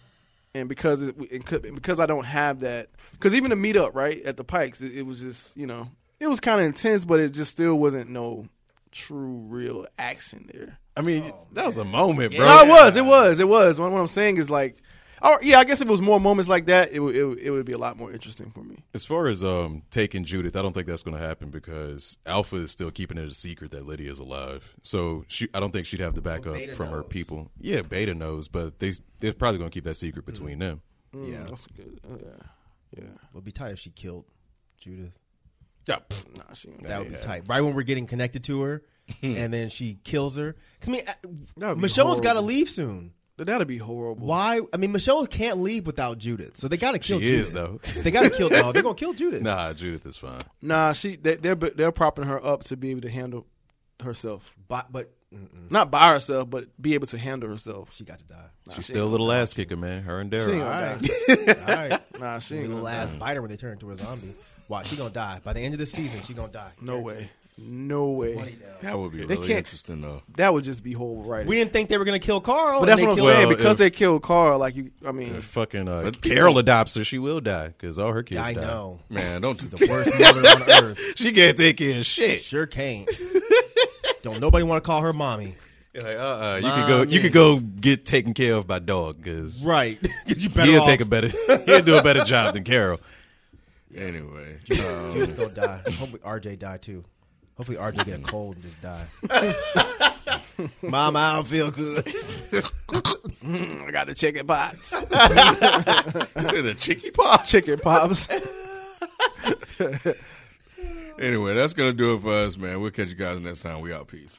Speaker 8: And because it, it could, because I don't have that, because even the meetup right at the Pikes, it, it was just you know it was kind of intense, but it just still wasn't no true real action there.
Speaker 9: I mean, that was a moment, bro.
Speaker 7: Oh,
Speaker 8: No, it was. It was. It was. What, what I'm saying is like, oh yeah, I guess if it was more moments like that, it would it, would- it would be a lot more interesting for me.
Speaker 9: As far as um taking Judith, I don't think that's going to happen because Alpha is still keeping it a secret that Lydia's alive. So she, I don't think she'd have the backup from her people. Yeah, Beta knows, but they they're probably going to keep that secret between them.
Speaker 8: Yeah, that's good. Oh, yeah, yeah.
Speaker 7: Would be tight if she killed Judith.
Speaker 8: Yeah, pff, nah, she ain't
Speaker 7: That
Speaker 8: gonna
Speaker 7: would
Speaker 8: do
Speaker 7: be tight. Right when we're getting connected to her, and then she kills her. 'Cause, I
Speaker 8: That would
Speaker 7: mean,
Speaker 8: be
Speaker 7: Michelle's got to
Speaker 8: horrible.
Speaker 7: leave soon.
Speaker 8: That- That'd be horrible.
Speaker 7: Why? I mean, Michelle can't leave without Judith, so they got to kill.
Speaker 9: She
Speaker 7: Judith.
Speaker 9: is, though.
Speaker 7: They got to kill. No, they're gonna kill Judith.
Speaker 9: Nah, Judith is fine.
Speaker 8: Nah, she they, they're they're propping her up to be able to handle herself,
Speaker 7: But, but mm-mm,
Speaker 8: not by herself, but be able to handle herself.
Speaker 7: she got to die.
Speaker 9: She's still a little ass kicker, man. Her and
Speaker 8: She ain't
Speaker 9: Daryl.
Speaker 8: gonna
Speaker 9: All right.
Speaker 8: die.
Speaker 7: All right.
Speaker 8: Nah, she
Speaker 7: Be
Speaker 8: ain't
Speaker 7: the
Speaker 8: gonna die.
Speaker 7: last biter when they turn into a zombie. Watch, she gonna die by the end of the season. She gonna die.
Speaker 8: No way. No way.
Speaker 2: That would be
Speaker 8: They
Speaker 2: really
Speaker 8: can't-
Speaker 2: interesting, though.
Speaker 8: That would just be horrible, right?
Speaker 7: We didn't think they were gonna kill Carl. and
Speaker 8: but that's
Speaker 7: they
Speaker 8: what I'm
Speaker 7: killed-
Speaker 8: saying.
Speaker 9: Well,
Speaker 8: Because
Speaker 9: if-
Speaker 8: they killed Carl, like you, I mean,
Speaker 9: If fucking uh,
Speaker 2: But-
Speaker 9: Carol adopts her, she will die because all her kids
Speaker 7: I
Speaker 9: die.
Speaker 7: know.
Speaker 2: Man, don't do
Speaker 7: The
Speaker 2: the
Speaker 7: worst mother on earth.
Speaker 9: She can't take in shit.
Speaker 7: Sure can't. Don't nobody want to call her mommy.
Speaker 9: You're Like, uh, uh you could go, you could go get taken care of by dog because
Speaker 7: Right. you better
Speaker 9: he'll
Speaker 7: off.
Speaker 9: take a better, he'll do a better job than Carol.
Speaker 2: anyway.
Speaker 7: Judith's gonna die. Hopefully RJ die too. Hopefully RJ get a cold and just die. Mama, I don't feel good.
Speaker 8: I got the chicken pox.
Speaker 2: You say the chicky pops.
Speaker 8: chicken pops.
Speaker 2: Anyway, that's gonna do it for us, man. We'll catch you guys next time. We out. Peace.